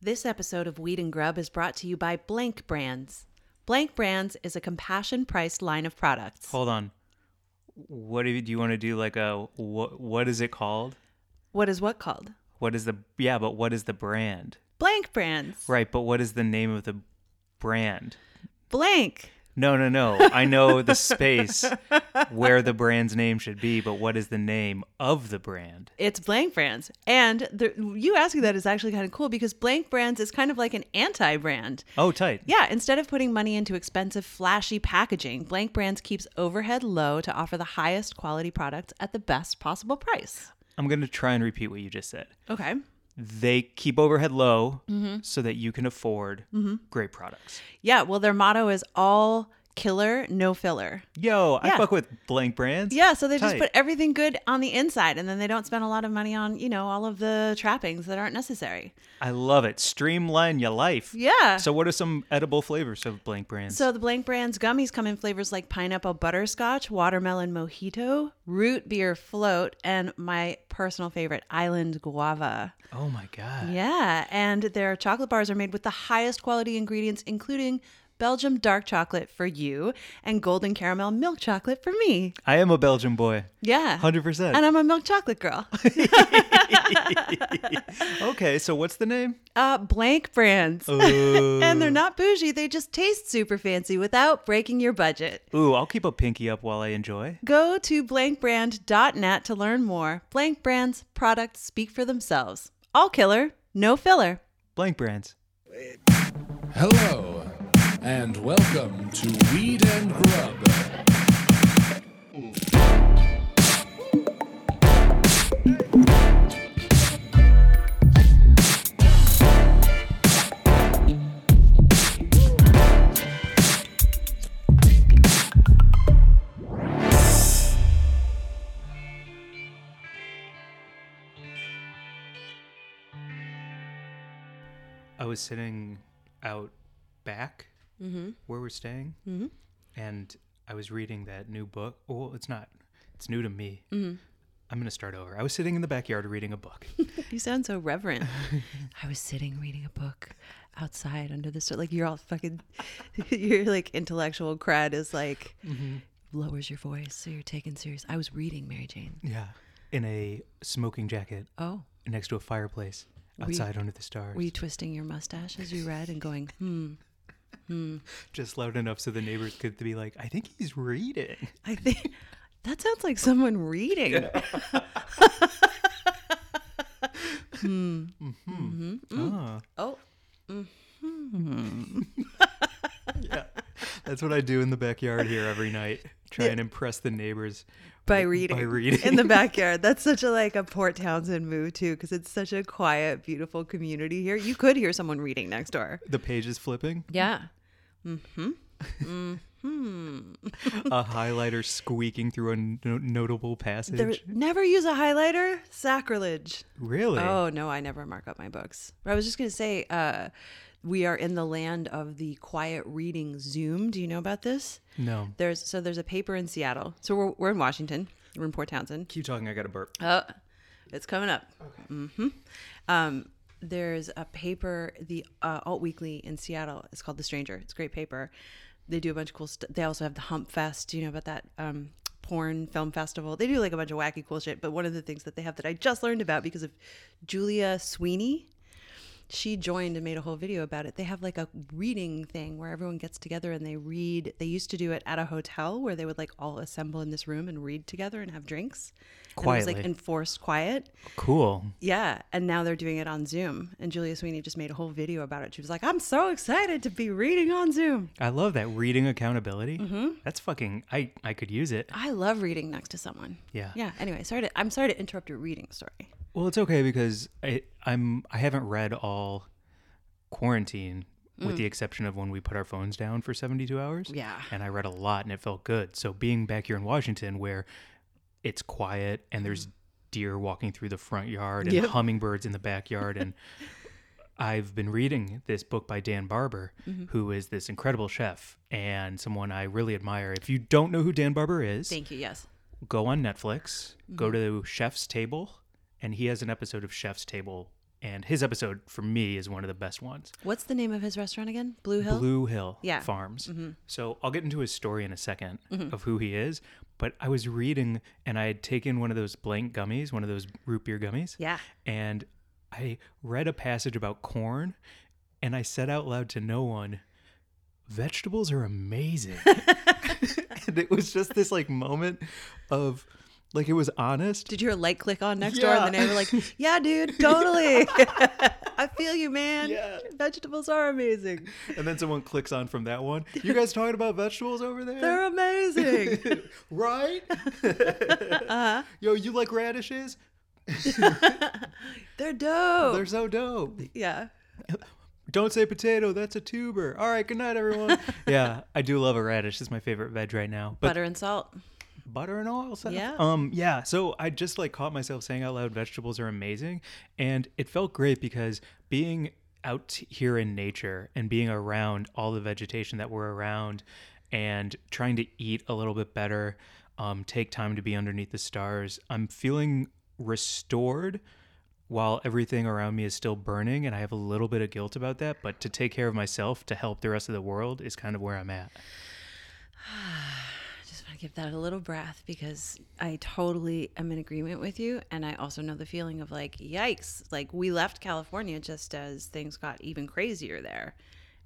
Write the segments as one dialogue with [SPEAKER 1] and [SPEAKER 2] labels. [SPEAKER 1] This episode of Weed and Grub is brought to you by Blank Brands. Blank Brands is a compassion priced line of products.
[SPEAKER 2] Hold on. What do you, do you want to do? Like a what? What is it called?
[SPEAKER 1] What is what called?
[SPEAKER 2] What is the yeah? But what is the brand?
[SPEAKER 1] Blank Brands.
[SPEAKER 2] Right. But what is the name of the brand?
[SPEAKER 1] Blank.
[SPEAKER 2] No, no, no. I know the space where the brand's name should be, but what is the name of the brand?
[SPEAKER 1] It's Blank Brands. And the, you asking that is actually kind of cool because Blank Brands is kind of like an anti brand.
[SPEAKER 2] Oh, tight.
[SPEAKER 1] Yeah, instead of putting money into expensive, flashy packaging, Blank Brands keeps overhead low to offer the highest quality products at the best possible price.
[SPEAKER 2] I'm gonna try and repeat what you just said.
[SPEAKER 1] Okay.
[SPEAKER 2] They keep overhead low
[SPEAKER 1] Mm-hmm.
[SPEAKER 2] so that you can afford great products.
[SPEAKER 1] Yeah, well, their motto is all killer, no filler.
[SPEAKER 2] Yo,
[SPEAKER 1] Yeah.
[SPEAKER 2] I fuck with blank brands.
[SPEAKER 1] Yeah, so they just
[SPEAKER 2] Tight.
[SPEAKER 1] put everything good on the inside and then they don't spend a lot of money on, you know, all of the trappings that aren't necessary.
[SPEAKER 2] I love it. Streamline your life.
[SPEAKER 1] Yeah.
[SPEAKER 2] So, what are some edible flavors of blank brands?
[SPEAKER 1] So the Blank Brands gummies come in flavors like pineapple butterscotch, watermelon mojito, root beer float, and my personal favorite, island guava.
[SPEAKER 2] oh my god.
[SPEAKER 1] Yeah, and their chocolate bars are made with the highest quality ingredients, including Belgium dark chocolate for you and golden caramel milk chocolate for me.
[SPEAKER 2] I am a Belgian boy.
[SPEAKER 1] Yeah.
[SPEAKER 2] 100%.
[SPEAKER 1] And I'm a milk chocolate girl.
[SPEAKER 2] okay, so what's the name?
[SPEAKER 1] Uh, blank brands.
[SPEAKER 2] Ooh.
[SPEAKER 1] And they're not bougie, they just taste super fancy without breaking your budget.
[SPEAKER 2] Ooh, I'll keep a pinky up while I enjoy.
[SPEAKER 1] Go to blankbrand.net to learn more. Blank Brand's products speak for themselves. All killer, no filler.
[SPEAKER 2] Blank brands.
[SPEAKER 3] Hello, and welcome to Weed and Grub.
[SPEAKER 2] I was sitting out back
[SPEAKER 1] Mm-hmm.
[SPEAKER 2] where we're staying, and I was reading that new book. Well, it's not, it's new to me.
[SPEAKER 1] Mm-hmm.
[SPEAKER 2] I'm going to start over. I was sitting in the backyard reading a book.
[SPEAKER 1] You sound so reverent. I was sitting reading a book outside under the stars. Like you're all fucking, your like intellectual cred is like lowers your voice, so you're taken serious. I was reading Mary Jane.
[SPEAKER 2] yeah. In a smoking jacket
[SPEAKER 1] Oh,
[SPEAKER 2] next to a fireplace outside under the stars.
[SPEAKER 1] were you twisting your mustache as you read and going, hmm,
[SPEAKER 2] Just loud enough so the neighbors could be like, I think he's reading.
[SPEAKER 1] I think that sounds like someone reading.
[SPEAKER 2] Ah.
[SPEAKER 1] Oh,
[SPEAKER 2] That's what I do in the backyard here every night. Try and impress the neighbors.
[SPEAKER 1] by reading.
[SPEAKER 2] By reading.
[SPEAKER 1] in the backyard. That's such a like a Port Townsend move too, because it's such a quiet, beautiful community here. You could hear someone reading next door.
[SPEAKER 2] the pages flipping,
[SPEAKER 1] Yeah.
[SPEAKER 2] a highlighter squeaking through a no- notable passage.
[SPEAKER 1] There, never use a highlighter. Sacrilege.
[SPEAKER 2] really?
[SPEAKER 1] Oh no, I never mark up my books. But I was just gonna say, uh, we are in the land of the quiet reading Zoom. Do you know about this?
[SPEAKER 2] No.
[SPEAKER 1] There's so there's a paper in Seattle. So we're we're in Washington. We're in Port Townsend.
[SPEAKER 2] Keep talking. I got a burp.
[SPEAKER 1] Oh, it's coming up. hmm Um, there's a paper, the uh, Alt Weekly in Seattle. It's called The Stranger. It's a great paper. They do a bunch of cool stuff. They also have the Hump Fest. Do you know about that? Um, porn film festival. They do like a bunch of wacky cool shit. But one of the things that they have that I just learned about because of Julia Sweeney she joined and made a whole video about it. They have like a reading thing where everyone gets together and they read. They used to do it at a hotel where they would like all assemble in this room and read together and have drinks. And it was like
[SPEAKER 2] Quietly.
[SPEAKER 1] enforced quiet.
[SPEAKER 2] Cool.
[SPEAKER 1] Yeah. And now they're doing it on Zoom. And Julia Sweeney just made a whole video about it. She was like, I'm so excited to be reading on Zoom.
[SPEAKER 2] I love that reading accountability.
[SPEAKER 1] Mm-hmm.
[SPEAKER 2] That's fucking. I I could use it.
[SPEAKER 1] I love reading next to someone.
[SPEAKER 2] Yeah.
[SPEAKER 1] Yeah. Anyway, sorry to, I'm sorry to interrupt your reading story.
[SPEAKER 2] Well, it's okay because I I'm I haven't read all quarantine. With the exception of when we put our phones down for 72 hours.
[SPEAKER 1] Mm. Yeah.
[SPEAKER 2] And I read a lot and it felt good. So being back here in Washington where it's quiet and there's deer walking through the front yard and
[SPEAKER 1] Mm. Yep.
[SPEAKER 2] hummingbirds in the backyard and I've been reading this book by Dan Barber,
[SPEAKER 1] Mm-hmm.
[SPEAKER 2] who is this incredible chef and someone I really admire. If you don't know who Dan Barber is,
[SPEAKER 1] Thank you. Yes. Mm-hmm.
[SPEAKER 2] go on Netflix, go to Chef's Table, and he has an episode of Chef's Table And his episode for me is one of the best ones.
[SPEAKER 1] What's the name of his restaurant again? Blue Hill.
[SPEAKER 2] Blue Hill
[SPEAKER 1] Yeah. Mm-hmm.
[SPEAKER 2] Farms. So I'll get into his story in a 2nd of who he is. But I was reading and I had taken one of those blank gummies, one of those root beer gummies.
[SPEAKER 1] Yeah.
[SPEAKER 2] And I read a passage about corn and I said out loud to no one, vegetables are amazing. and it was just this like moment of like it was honest.
[SPEAKER 1] Did your light click on next door? And the
[SPEAKER 2] Yeah.
[SPEAKER 1] neighbor like, yeah, dude, totally. I feel you, man.
[SPEAKER 2] Yeah.
[SPEAKER 1] Vegetables are amazing.
[SPEAKER 2] And then someone clicks on from that one. You guys talking about vegetables over there?
[SPEAKER 1] They're amazing.
[SPEAKER 2] right? Yo, you like radishes?
[SPEAKER 1] They're dope.
[SPEAKER 2] They're so dope.
[SPEAKER 1] yeah.
[SPEAKER 2] Don't say potato, that's a tuber. All right, good night, everyone. yeah, I do love a radish. It's my favorite veg right now. But
[SPEAKER 1] Butter and salt.
[SPEAKER 2] butter and oil stuff.
[SPEAKER 1] Yeah.
[SPEAKER 2] Um, yeah. So I just like caught myself saying out loud, vegetables are amazing. And it felt great because being out here in nature and being around all the vegetation that we're around and trying to eat a little bit better, um, take time to be underneath the stars, I'm feeling restored while everything around me is still burning and I have a little bit of guilt about that, but to take care of myself to help the rest of the world is kind of where I'm at.
[SPEAKER 1] I just want to give that a little breath because I totally am in agreement with you. And I also know the feeling of like, yikes, like we left California just as things got even crazier there.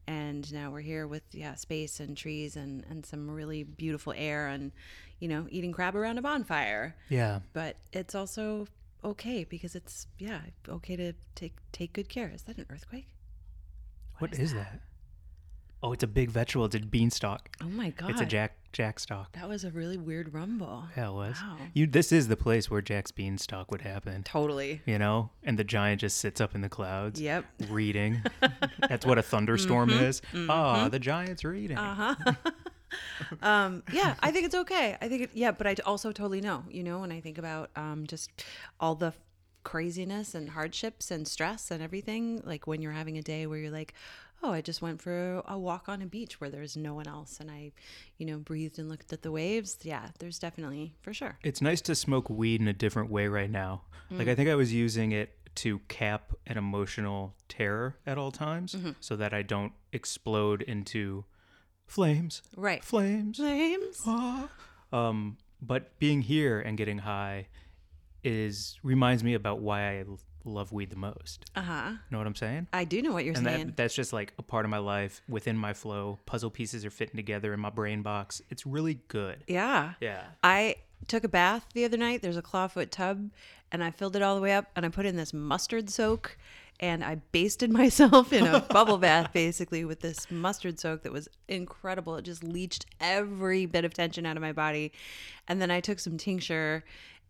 [SPEAKER 1] And now we're here with, yeah, space and trees and, and some really beautiful air and, you know, eating crab around a bonfire.
[SPEAKER 2] Yeah.
[SPEAKER 1] But it's also okay because it's, yeah, okay to take, take good care. Is that an earthquake?
[SPEAKER 2] What is that? Oh, it's a big vegetable. It's a beanstalk.
[SPEAKER 1] Oh my God.
[SPEAKER 2] It's a jack jackstock.
[SPEAKER 1] That was a really weird rumble.
[SPEAKER 2] Yeah, it was.
[SPEAKER 1] Wow.
[SPEAKER 2] You. This is the place where Jack's beanstalk would happen.
[SPEAKER 1] Totally.
[SPEAKER 2] You know, and the giant just sits up in the clouds.
[SPEAKER 1] Yep.
[SPEAKER 2] Reading. That's what a thunderstorm is. Ah, the giant's reading.
[SPEAKER 1] yeah, I think it's okay. I think it, yeah, but I t- also totally know, you know, when I think about um, just all the craziness and hardships and stress and everything, like when you're having a day where you're like, oh, I just went for a walk on a beach where there's no one else and I, you know, breathed and looked at the waves. Yeah, there's definitely for sure.
[SPEAKER 2] It's nice to smoke weed in a different way right now. Like I think I was using it to cap an emotional terror at all times, so that I don't explode into flames.
[SPEAKER 1] Right.
[SPEAKER 2] Flames.
[SPEAKER 1] Flames.
[SPEAKER 2] Ah. um, but being here and getting high is reminds me about why I l- love weed the most.
[SPEAKER 1] Uh huh.
[SPEAKER 2] Know what I'm saying?
[SPEAKER 1] I do know what you're
[SPEAKER 2] And
[SPEAKER 1] saying.
[SPEAKER 2] that, that's just like a part of my life within my flow. Puzzle pieces are fitting together in my brain box. It's really good.
[SPEAKER 1] yeah.
[SPEAKER 2] Yeah.
[SPEAKER 1] I took a bath the other night. There's a clawfoot tub, and I filled it all the way up, and I put in this mustard soak, and I basted myself in a bubble bath basically with this mustard soak that was incredible. It just leached every bit of tension out of my body, and then I took some tincture,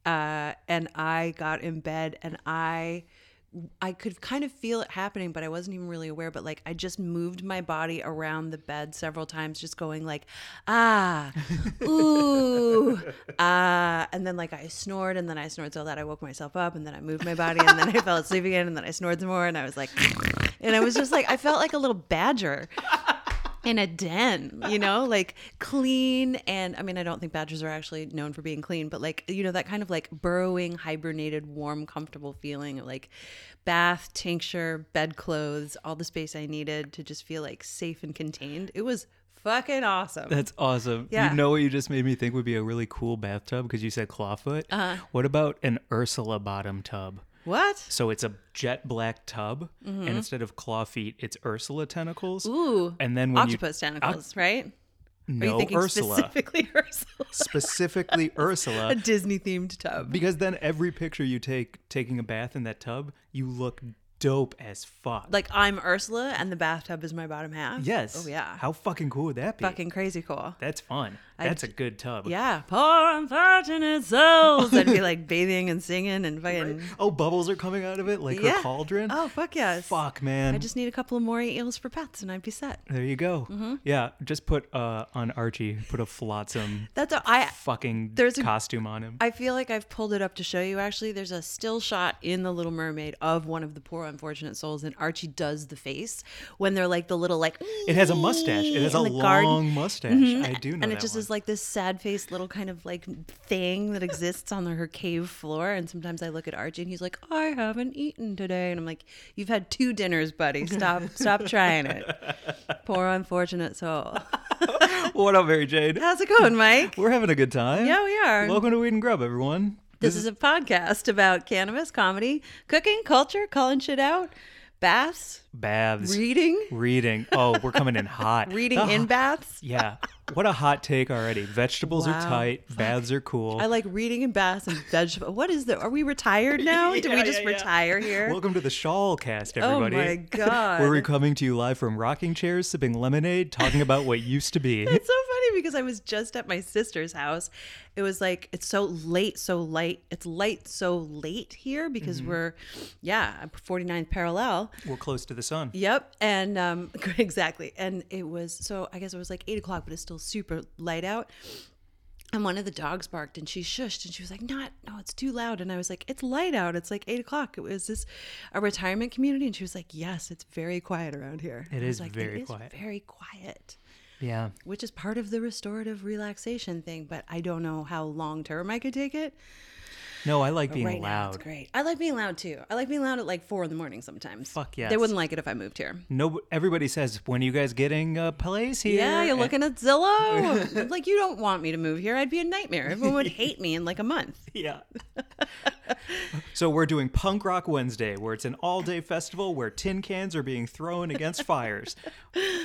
[SPEAKER 1] uh, and I got in bed, and I. I could kind of feel it happening, but I wasn't even really aware. But like, I just moved my body around the bed several times, just going like, ah, ooh, ah, and then like I snored, and then I snored so that I woke myself up, and then I moved my body, and then I fell asleep again, and then I snored some more, and I was like, and I was just like, I felt like a little badger in a den, you know, like clean and I mean I don't think badgers are actually known for being clean, but like you know that kind of like burrowing, hibernated, warm, comfortable feeling of like bath, tincture, bedclothes, all the space I needed to just feel like safe and contained. It was fucking awesome.
[SPEAKER 2] That's awesome.
[SPEAKER 1] Yeah.
[SPEAKER 2] You know what you just made me think would be a really cool bathtub because you said clawfoot. Uh-huh. What about an Ursula bottom tub?
[SPEAKER 1] what?
[SPEAKER 2] So it's a jet black tub, and instead of claw feet, it's Ursula tentacles.
[SPEAKER 1] Mm-hmm. Ooh.
[SPEAKER 2] And then when
[SPEAKER 1] Octopus tentacles, right?
[SPEAKER 2] you
[SPEAKER 1] Are you
[SPEAKER 2] no
[SPEAKER 1] thinking
[SPEAKER 2] Ursula,
[SPEAKER 1] specifically Ursula?
[SPEAKER 2] specifically
[SPEAKER 1] A
[SPEAKER 2] Ursula.
[SPEAKER 1] Disney themed tub.
[SPEAKER 2] Because then every picture you take taking a bath in that tub, you look dope as fuck.
[SPEAKER 1] Like I'm Ursula and the bathtub is my bottom half.
[SPEAKER 2] yes.
[SPEAKER 1] Oh yeah.
[SPEAKER 2] How fucking cool would that be?
[SPEAKER 1] fucking crazy cool.
[SPEAKER 2] That's fun. That's a good tub.
[SPEAKER 1] Yeah, poor unfortunate souls. I'd be like bathing and singing and fucking
[SPEAKER 2] Oh, bubbles are coming out of it like
[SPEAKER 1] yeah.
[SPEAKER 2] her cauldron.
[SPEAKER 1] Oh fuck yes.
[SPEAKER 2] Fuck, man.
[SPEAKER 1] I just need a couple of more eels for pets and I'd be set.
[SPEAKER 2] There you go.
[SPEAKER 1] Mm-hmm.
[SPEAKER 2] Yeah, just put uh, on Archie, put a flotsam
[SPEAKER 1] That's a, I.
[SPEAKER 2] fucking
[SPEAKER 1] There's a-
[SPEAKER 2] costume on him.
[SPEAKER 1] I feel like I've pulled it up to show you. Actually, there's a still shot in The Little Mermaid of one of the poor unfortunate souls, and Archie does the face when they're like the little like.
[SPEAKER 2] It has a mustache. It has a
[SPEAKER 1] in the garden. Mm-hmm.
[SPEAKER 2] long mustache. I do know
[SPEAKER 1] and
[SPEAKER 2] that
[SPEAKER 1] it just
[SPEAKER 2] one.
[SPEAKER 1] is like this sad faced little kind of like thing that exists on her cave floor. And sometimes I look at Archie and he's like, I haven't eaten today. And I'm like, You've had two dinners, buddy. Stop, stop trying it. Poor unfortunate soul.
[SPEAKER 2] what up, Mary Jane?
[SPEAKER 1] How's it going, Mike?
[SPEAKER 2] We're having a good time.
[SPEAKER 1] Yeah, we are.
[SPEAKER 2] Welcome to Weed and Grub, everyone.
[SPEAKER 1] This is a podcast about cannabis, comedy, cooking, culture, calling shit out, baths,
[SPEAKER 2] Baths.
[SPEAKER 1] reading,
[SPEAKER 2] reading. Oh, we're coming in hot.
[SPEAKER 1] reading
[SPEAKER 2] Ah,
[SPEAKER 1] in baths.
[SPEAKER 2] Yeah. What a hot take already. Vegetables are
[SPEAKER 1] Wow.
[SPEAKER 2] tight. Baths are cool.
[SPEAKER 1] I like reading in baths and vegetable. What is that? Are we retired now? Did
[SPEAKER 2] Yeah,
[SPEAKER 1] we just
[SPEAKER 2] yeah, yeah.
[SPEAKER 1] retire here?
[SPEAKER 2] Welcome to the Shawl Cast,
[SPEAKER 1] Oh
[SPEAKER 2] everybody.
[SPEAKER 1] my God.
[SPEAKER 2] Where we're coming to you live from rocking chairs, sipping lemonade, talking about what used to be.
[SPEAKER 1] it's so funny because I was just at my sister's house. It was like it's so late, so light. It's light, so late here because
[SPEAKER 2] Mm-hmm.
[SPEAKER 1] we're, yeah, 49th parallel.
[SPEAKER 2] we're close to the sun.
[SPEAKER 1] Yep, and um, exactly, and it was so. I guess it was like eight o'clock, but it's still super light out. And one of the dogs barked, and she shushed, and she was like, "Not, no, it's too loud." And I was like, "It's light out. It's like eight o'clock. Is this a retirement community?" And she was like, "Yes, it's very quiet around here." It
[SPEAKER 2] is
[SPEAKER 1] like,
[SPEAKER 2] very
[SPEAKER 1] it is
[SPEAKER 2] quiet."
[SPEAKER 1] Very quiet,
[SPEAKER 2] Yeah.
[SPEAKER 1] which is part of the restorative relaxation thing. But I don't know how long term I could take it.
[SPEAKER 2] No, I like being
[SPEAKER 1] right now, it's
[SPEAKER 2] loud.
[SPEAKER 1] great. I like being loud too. I like being loud at like four in the morning sometimes.
[SPEAKER 2] Fuck
[SPEAKER 1] They
[SPEAKER 2] yes.
[SPEAKER 1] wouldn't like it if I moved here.
[SPEAKER 2] No, everybody says, "When are you guys getting a place here?"
[SPEAKER 1] Yeah, eh. you're
[SPEAKER 2] And-
[SPEAKER 1] looking at Zillow. I'm like, you don't want me to move here. I'd be a nightmare. Everyone would hate me in like a month.
[SPEAKER 2] Yeah. so we're doing Punk Rock Wednesday, where it's an all-day festival where tin cans are being thrown against fires.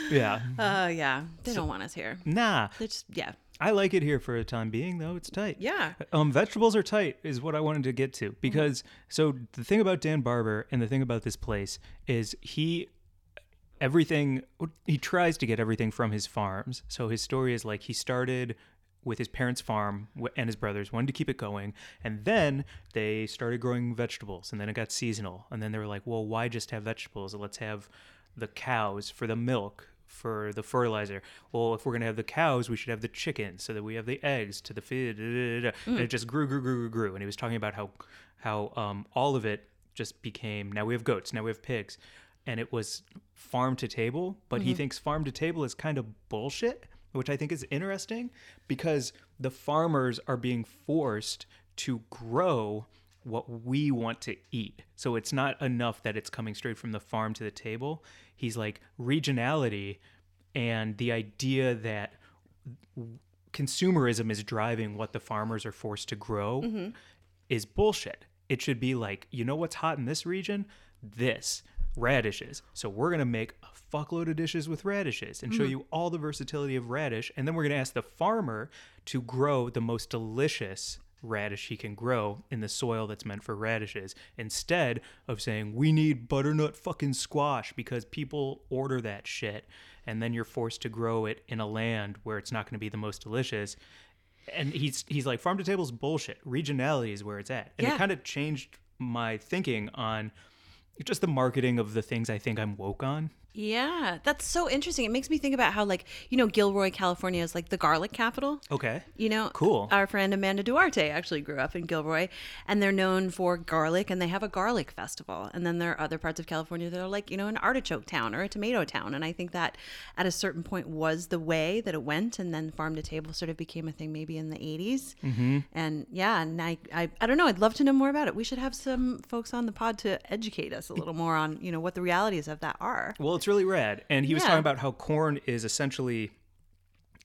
[SPEAKER 2] Yeah.
[SPEAKER 1] Uh, yeah, they don't want us here.
[SPEAKER 2] Nah,
[SPEAKER 1] They're just, yeah,
[SPEAKER 2] I like it here for the time being, though. It's tight.
[SPEAKER 1] yeah.
[SPEAKER 2] Um, vegetables are tight is what I wanted to get to because so the thing about Dan Barber and the thing about this place is he everything he tries to get everything from his farms. So his story is like he started with his parents' farm w- and his brothers wanted to keep it going, and then they started growing vegetables, and then it got seasonal, and then they were like, well, why just have vegetables? Let's have the cows for the milk for the fertilizer. Well, if we're gonna have the cows, we should have the chickens so that we have the eggs to the feed. da, da, da, da. And it just grew, grew, grew, grew, grew. And he was talking about how how um, all of it just became. Now we have goats. Now we have pigs, and it was farm to table. But he thinks farm to table is kind of bullshit, which I think is interesting because the farmers are being forced to grow what we want to eat. So it's not enough that it's coming straight from the farm to the table. He's like regionality and the idea that w- consumerism is driving what the farmers are forced to grow is bullshit. It should be like, you know what's hot in this region? This radishes. So we're going to make a fuckload of dishes with radishes and show you all the versatility of radish. And then we're going to ask the farmer to grow the most delicious radish he can grow in the soil that's meant for radishes instead of saying we need butternut fucking squash because people order that shit and then you're forced to grow it in a land where it's not going to be the most delicious and he's he's like farm to table's bullshit. Regionality is where it's at, and
[SPEAKER 1] Yeah.
[SPEAKER 2] it kind of changed my thinking on just the marketing of the things I think I'm woke on.
[SPEAKER 1] Yeah, that's so interesting. It makes me think about how, like, you know, Gilroy, California is like the garlic capital.
[SPEAKER 2] Okay,
[SPEAKER 1] You know,
[SPEAKER 2] Cool.
[SPEAKER 1] Our friend Amanda Duarte actually grew up in Gilroy, and they're known for garlic, and they have a garlic festival. And then there are other parts of California that are like, you know, an artichoke town or a tomato town. And I think that at a certain point was the way that it went, and then farm to table sort of became a thing maybe in the 80s. Mm-hmm. And yeah, and I, I, I don't know. I'd love to know more about it. We should have some folks on the pod to educate us a little more on, you know, what the realities of that are.
[SPEAKER 2] well, it's really rad, and he was
[SPEAKER 1] Yeah.
[SPEAKER 2] talking about how corn is essentially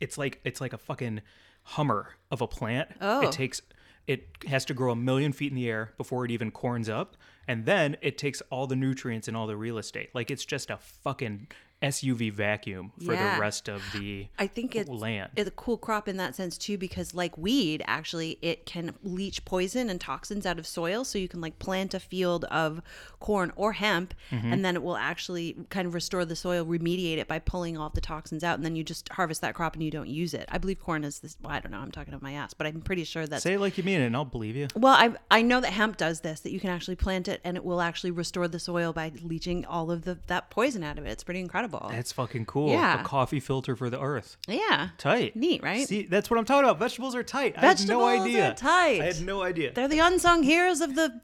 [SPEAKER 2] it's like it's like a fucking hummer of a plant.
[SPEAKER 1] Oh.
[SPEAKER 2] It takes it has to grow a million feet in the air before it even corns up, and then it takes all the nutrients and all the real estate. Like it's just a fucking SUV vacuum for
[SPEAKER 1] Yeah.
[SPEAKER 2] the rest of the
[SPEAKER 1] I think it's
[SPEAKER 2] land.
[SPEAKER 1] it's a cool crop in that sense too, because like weed, actually, it can leach poison and toxins out of soil. So you can like plant a field of corn or hemp,
[SPEAKER 2] Mm-hmm.
[SPEAKER 1] and then it will actually kind of restore the soil, remediate it by pulling all of the toxins out, and then you just harvest that crop and you don't use it. I believe corn is this. Well, I don't know. I'm talking out my ass, but I'm pretty sure that's
[SPEAKER 2] Say it like you mean it, and I'll believe you.
[SPEAKER 1] well, I I know that hemp does this that you can actually plant it and it will actually restore the soil by leaching all of the that poison out of it. It's pretty incredible.
[SPEAKER 2] That's fucking cool.
[SPEAKER 1] Yeah.
[SPEAKER 2] A coffee filter for the earth.
[SPEAKER 1] yeah.
[SPEAKER 2] Tight.
[SPEAKER 1] Neat, right?
[SPEAKER 2] See, that's what I'm talking about. Vegetables are tight. I had no
[SPEAKER 1] Vegetables are
[SPEAKER 2] idea.
[SPEAKER 1] tight.
[SPEAKER 2] I had no idea.
[SPEAKER 1] They're the unsung heroes of the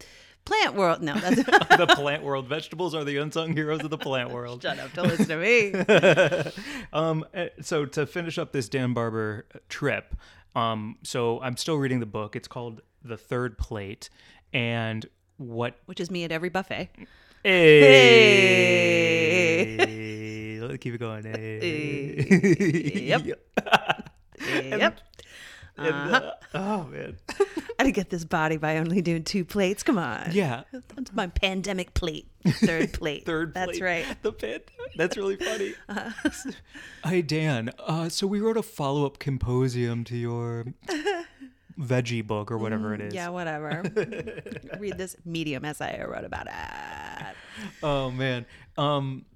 [SPEAKER 1] Plant world. No, that's
[SPEAKER 2] the plant world. Vegetables are the unsung heroes of the plant world.
[SPEAKER 1] shut up. Don't listen to me.
[SPEAKER 2] Um, eh, so to finish up this Dan Barber uh, trip, um, so I'm still reading the book. It's called The Third Plate, and what?
[SPEAKER 1] Which is me at every buffet.
[SPEAKER 2] Hey, let's keep it going. Hey.
[SPEAKER 1] Yep. Yep.
[SPEAKER 2] And, uh, oh man.
[SPEAKER 1] I didn't get this body by only doing two plates. Come on.
[SPEAKER 2] Yeah.
[SPEAKER 1] That's my pandemic plate. Third plate.
[SPEAKER 2] Third.
[SPEAKER 1] That's
[SPEAKER 2] plate.
[SPEAKER 1] right. Uh-huh.
[SPEAKER 2] The pit. That's really funny. Hey Dan. Uh, so we wrote a follow up composium to your veggie book or whatever it
[SPEAKER 1] Mm-hmm.
[SPEAKER 2] is.
[SPEAKER 1] Yeah, whatever. Read this medium essay I wrote about it.
[SPEAKER 2] Oh man. Um,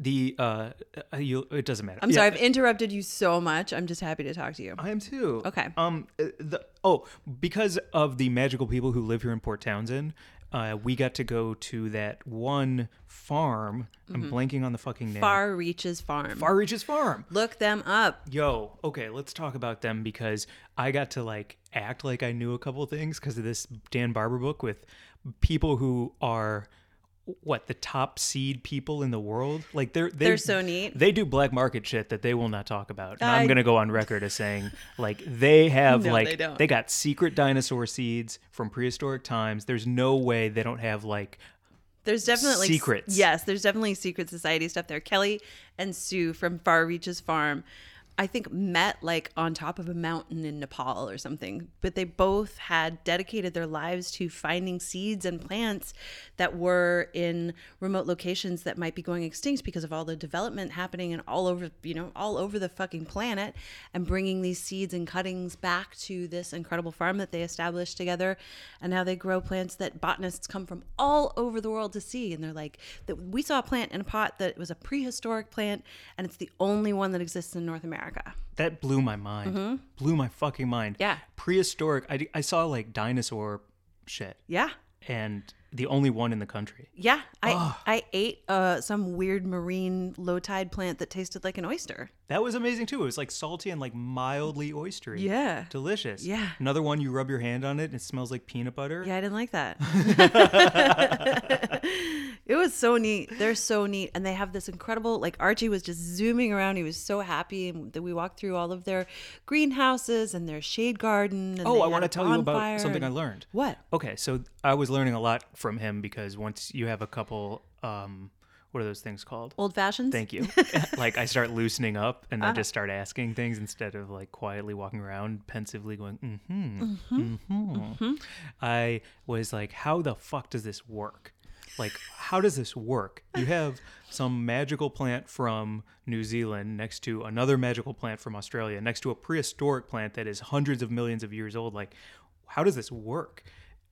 [SPEAKER 2] the uh, uh, you. It doesn't matter.
[SPEAKER 1] I'm
[SPEAKER 2] Yeah,
[SPEAKER 1] sorry, I've interrupted you so much. I'm just happy to talk to you.
[SPEAKER 2] I am too.
[SPEAKER 1] Okay.
[SPEAKER 2] Um. uh, The oh, because of the magical people who live here in Port Townsend, uh, we got to go to that one farm. I'm blanking on the fucking name.
[SPEAKER 1] Mm-hmm. Far Reaches Farm.
[SPEAKER 2] Far Reaches Farm.
[SPEAKER 1] Look them up.
[SPEAKER 2] Yo, okay, let's talk about them because I got to like act like I knew a couple things because of this Dan Barber book with people who are what the top seed people in the world. Like they're they're,
[SPEAKER 1] They're so neat.
[SPEAKER 2] They do black market shit that they will not talk about. And
[SPEAKER 1] I-
[SPEAKER 2] I'm gonna go on record as saying like they have
[SPEAKER 1] No,
[SPEAKER 2] like
[SPEAKER 1] they don't.
[SPEAKER 2] got secret dinosaur seeds from prehistoric times. There's no way they don't have like
[SPEAKER 1] There's definitely
[SPEAKER 2] Secrets.
[SPEAKER 1] Yes, there's definitely secret society stuff there. Kelly and Sue from Far Reaches Farm, I think met like on top of a mountain in Nepal or something. But they both had dedicated their lives to finding seeds and plants that were in remote locations that might be going extinct because of all the development happening and all over, you know, all over the fucking planet and bringing these seeds and cuttings back to this incredible farm that they established together. And now they grow plants that botanists come from all over the world to see. And they're like, that we saw a plant in a pot that was a prehistoric plant, and it's the only one that exists in North America.
[SPEAKER 2] That blew my mind. Blew my fucking mind.
[SPEAKER 1] Mm-hmm. Yeah.
[SPEAKER 2] Prehistoric. I, I saw like dinosaur shit
[SPEAKER 1] Yeah.
[SPEAKER 2] and the only one in the country.
[SPEAKER 1] Yeah. I, I ate uh, some weird marine low tide plant that tasted like an oyster.
[SPEAKER 2] That was amazing too. It was like salty and like mildly oystery.
[SPEAKER 1] Yeah.
[SPEAKER 2] Delicious.
[SPEAKER 1] Yeah.
[SPEAKER 2] Another one, you rub your hand on it and it smells like peanut butter.
[SPEAKER 1] Yeah, I didn't like that. it was so neat. They're so neat. And they have this incredible, like, Archie was just zooming around. He was so happy. And that we walked through all of their greenhouses and their shade garden. And
[SPEAKER 2] Oh,
[SPEAKER 1] they
[SPEAKER 2] I
[SPEAKER 1] had
[SPEAKER 2] want
[SPEAKER 1] a
[SPEAKER 2] to tell you about
[SPEAKER 1] bonfire
[SPEAKER 2] something I
[SPEAKER 1] and-
[SPEAKER 2] learned.
[SPEAKER 1] What?
[SPEAKER 2] Okay, so I was learning a lot from him because once you have a couple, um, what are those things called?
[SPEAKER 1] Old fashions?
[SPEAKER 2] Thank you. like I start loosening up and I just start asking things instead of like quietly walking around pensively going, mm-hmm, mm-hmm. I was like, how the fuck does this work? Like, how does this work? You have some magical plant from New Zealand next to another magical plant from Australia, next to a prehistoric plant that is hundreds of millions of years old. Like, how does this work?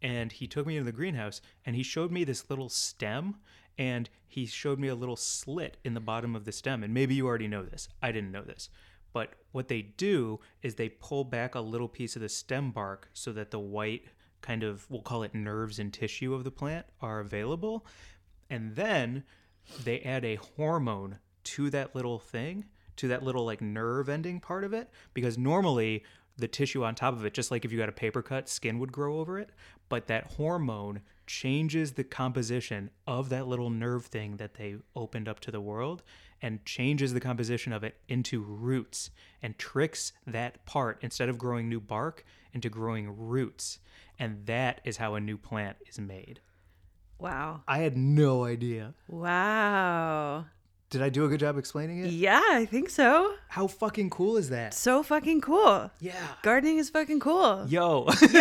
[SPEAKER 2] And he took me into the greenhouse and he showed me this little stem and he showed me a little slit in the bottom of the stem. And maybe you already know this. I didn't know this. But what they do is they pull back a little piece of the stem bark so that the white kind of, we'll call it nerves and tissue of the plant are available. And then they add a hormone to that little thing, to that little like nerve ending part of it, because normally the tissue on top of it, just like if you got a paper cut, skin would grow over it. But that hormone changes the composition of that little nerve thing that they opened up to the world and changes the composition of it into roots and tricks that part instead of growing new bark into growing roots. And that is how a new plant is made.
[SPEAKER 1] Wow.
[SPEAKER 2] I had no idea.
[SPEAKER 1] Wow.
[SPEAKER 2] Did I do a good job explaining it?
[SPEAKER 1] Yeah, I think so.
[SPEAKER 2] How fucking cool is that?
[SPEAKER 1] So fucking cool.
[SPEAKER 2] Yeah.
[SPEAKER 1] Gardening is fucking cool.
[SPEAKER 2] Yo,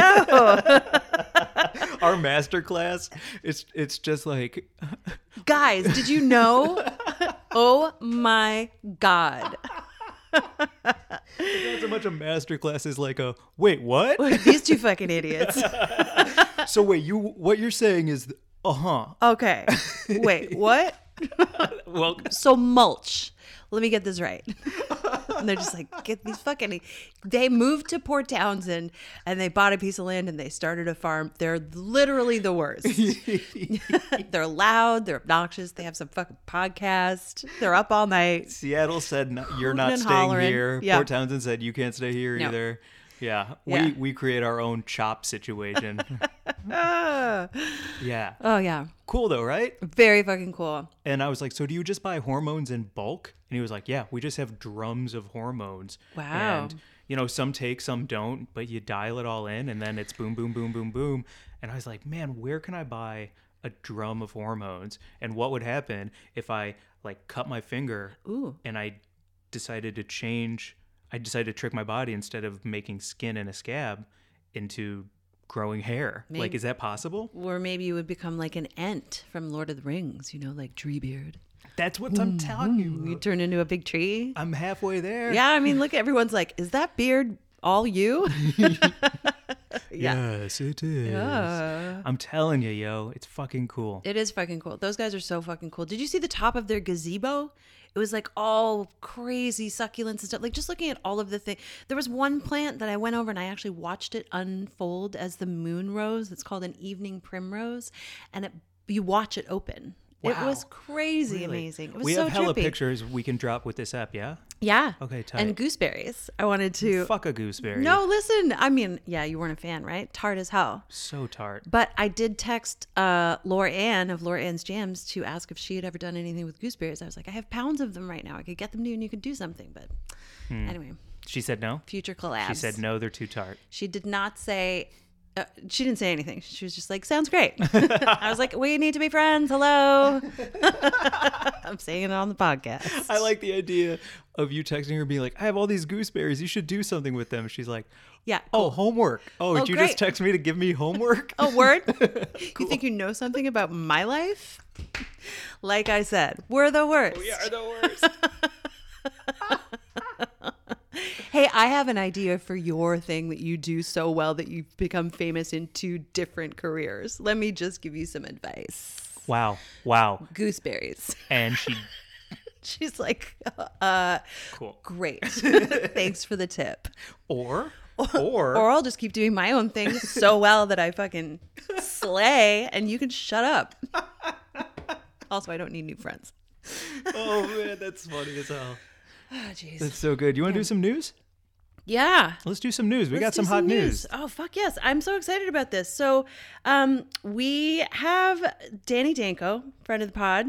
[SPEAKER 2] our master class, it's it's just like
[SPEAKER 1] Guys, did you know? oh my God.
[SPEAKER 2] not so much a master class is like a wait, what?
[SPEAKER 1] These two fucking idiots.
[SPEAKER 2] so wait, you what you're saying is uh-huh.
[SPEAKER 1] Okay. Wait, what?
[SPEAKER 2] Well,
[SPEAKER 1] So mulch. Let me get this right. and they're just like, get these fucking. They moved to Port Townsend and they bought a piece of land and they started a farm. They're literally the worst. they're loud. They're obnoxious. They have some fucking podcast. They're up all night.
[SPEAKER 2] Seattle said no, you're not
[SPEAKER 1] and
[SPEAKER 2] staying
[SPEAKER 1] hollering.
[SPEAKER 2] here.
[SPEAKER 1] Yeah.
[SPEAKER 2] Port Townsend said you can't stay here
[SPEAKER 1] No.
[SPEAKER 2] either. Yeah, we
[SPEAKER 1] Yeah.
[SPEAKER 2] we create our own chop situation.
[SPEAKER 1] Ah.
[SPEAKER 2] Yeah.
[SPEAKER 1] oh yeah,
[SPEAKER 2] Cool though, right?
[SPEAKER 1] very fucking cool.
[SPEAKER 2] And I was like, so do you just buy hormones in bulk? And he was like, yeah, we just have drums of hormones.
[SPEAKER 1] Wow.
[SPEAKER 2] And, you know, some take, some don't, but you dial it all in and then it's boom, boom, boom, boom, boom. And I was like, man, where can I buy a drum of hormones? And what would happen if I like cut my finger
[SPEAKER 1] Ooh.
[SPEAKER 2] and I decided to change, I decided to trick my body instead of making skin and a scab into growing hair? Like,
[SPEAKER 1] Maybe.
[SPEAKER 2] is that possible?
[SPEAKER 1] Or maybe you would become like an ent from Lord of the Rings, you know, like Treebeard.
[SPEAKER 2] That's what I'm telling you.
[SPEAKER 1] You turn into a big tree.
[SPEAKER 2] I'm halfway there.
[SPEAKER 1] Mm-hmm. Yeah, I mean, look, everyone's like, is that beard all you? yeah.
[SPEAKER 2] Yes, it is.
[SPEAKER 1] Yeah.
[SPEAKER 2] I'm telling you, yo, it's fucking cool.
[SPEAKER 1] It is fucking cool. Those guys are so fucking cool. Did you see the top of their gazebo? It was like all crazy succulents and stuff. Like just looking at all of the thing. There was one plant that I went over and I actually watched it unfold as the moon rose. It's called an evening primrose, and it you watch it open. It
[SPEAKER 2] Wow.
[SPEAKER 1] was crazy
[SPEAKER 2] Really.
[SPEAKER 1] amazing. It was
[SPEAKER 2] we
[SPEAKER 1] so
[SPEAKER 2] have hella
[SPEAKER 1] trippy.
[SPEAKER 2] pictures we can drop with this app, yeah?
[SPEAKER 1] Yeah.
[SPEAKER 2] Okay, tight.
[SPEAKER 1] And gooseberries. I wanted to.
[SPEAKER 2] Fuck a gooseberry.
[SPEAKER 1] No, listen. I mean, yeah, you weren't a fan, right? Tart as hell.
[SPEAKER 2] So tart.
[SPEAKER 1] But I did text uh, Laura Ann of Laura Ann's Jams to ask if she had ever done anything with gooseberries. I was like, I have pounds of them right now. I could get them to you and you could do something. But anyway,
[SPEAKER 2] She said no.
[SPEAKER 1] future collabs.
[SPEAKER 2] Hmm. She said no, they're too tart.
[SPEAKER 1] She did not say, uh, she didn't say anything. She was just like, sounds great. I was like, we need to be friends. Hello. I'm saying it on the podcast.
[SPEAKER 2] I like the idea of you texting her being like, I have all these gooseberries, you should do something with them. She's like,
[SPEAKER 1] Yeah.
[SPEAKER 2] Oh, homework. Oh, did you
[SPEAKER 1] great. Oh.
[SPEAKER 2] just text me to give me homework?
[SPEAKER 1] A word? You think you know something about my life? Like I said, we're the worst.
[SPEAKER 2] We are the worst.
[SPEAKER 1] Hey, I have an idea for your thing that you do so well that you've become famous in two different careers. Let me just give you some advice.
[SPEAKER 2] wow. Wow.
[SPEAKER 1] Gooseberries.
[SPEAKER 2] And she
[SPEAKER 1] She's like, uh,
[SPEAKER 2] cool.
[SPEAKER 1] great. Thanks for the tip.
[SPEAKER 2] Or or,
[SPEAKER 1] Or I'll just keep doing my own thing so well that I fucking slay and you can shut up. Also, I don't need new friends.
[SPEAKER 2] Oh man, that's funny as hell.
[SPEAKER 1] Oh, jeez.
[SPEAKER 2] That's so good. You wanna do some news?
[SPEAKER 1] Yeah.
[SPEAKER 2] Let's do some news. We got
[SPEAKER 1] Let's do
[SPEAKER 2] some hot news.
[SPEAKER 1] Oh fuck yes! I'm so excited about this. So, um, we have Danny Danko, friend of the pod,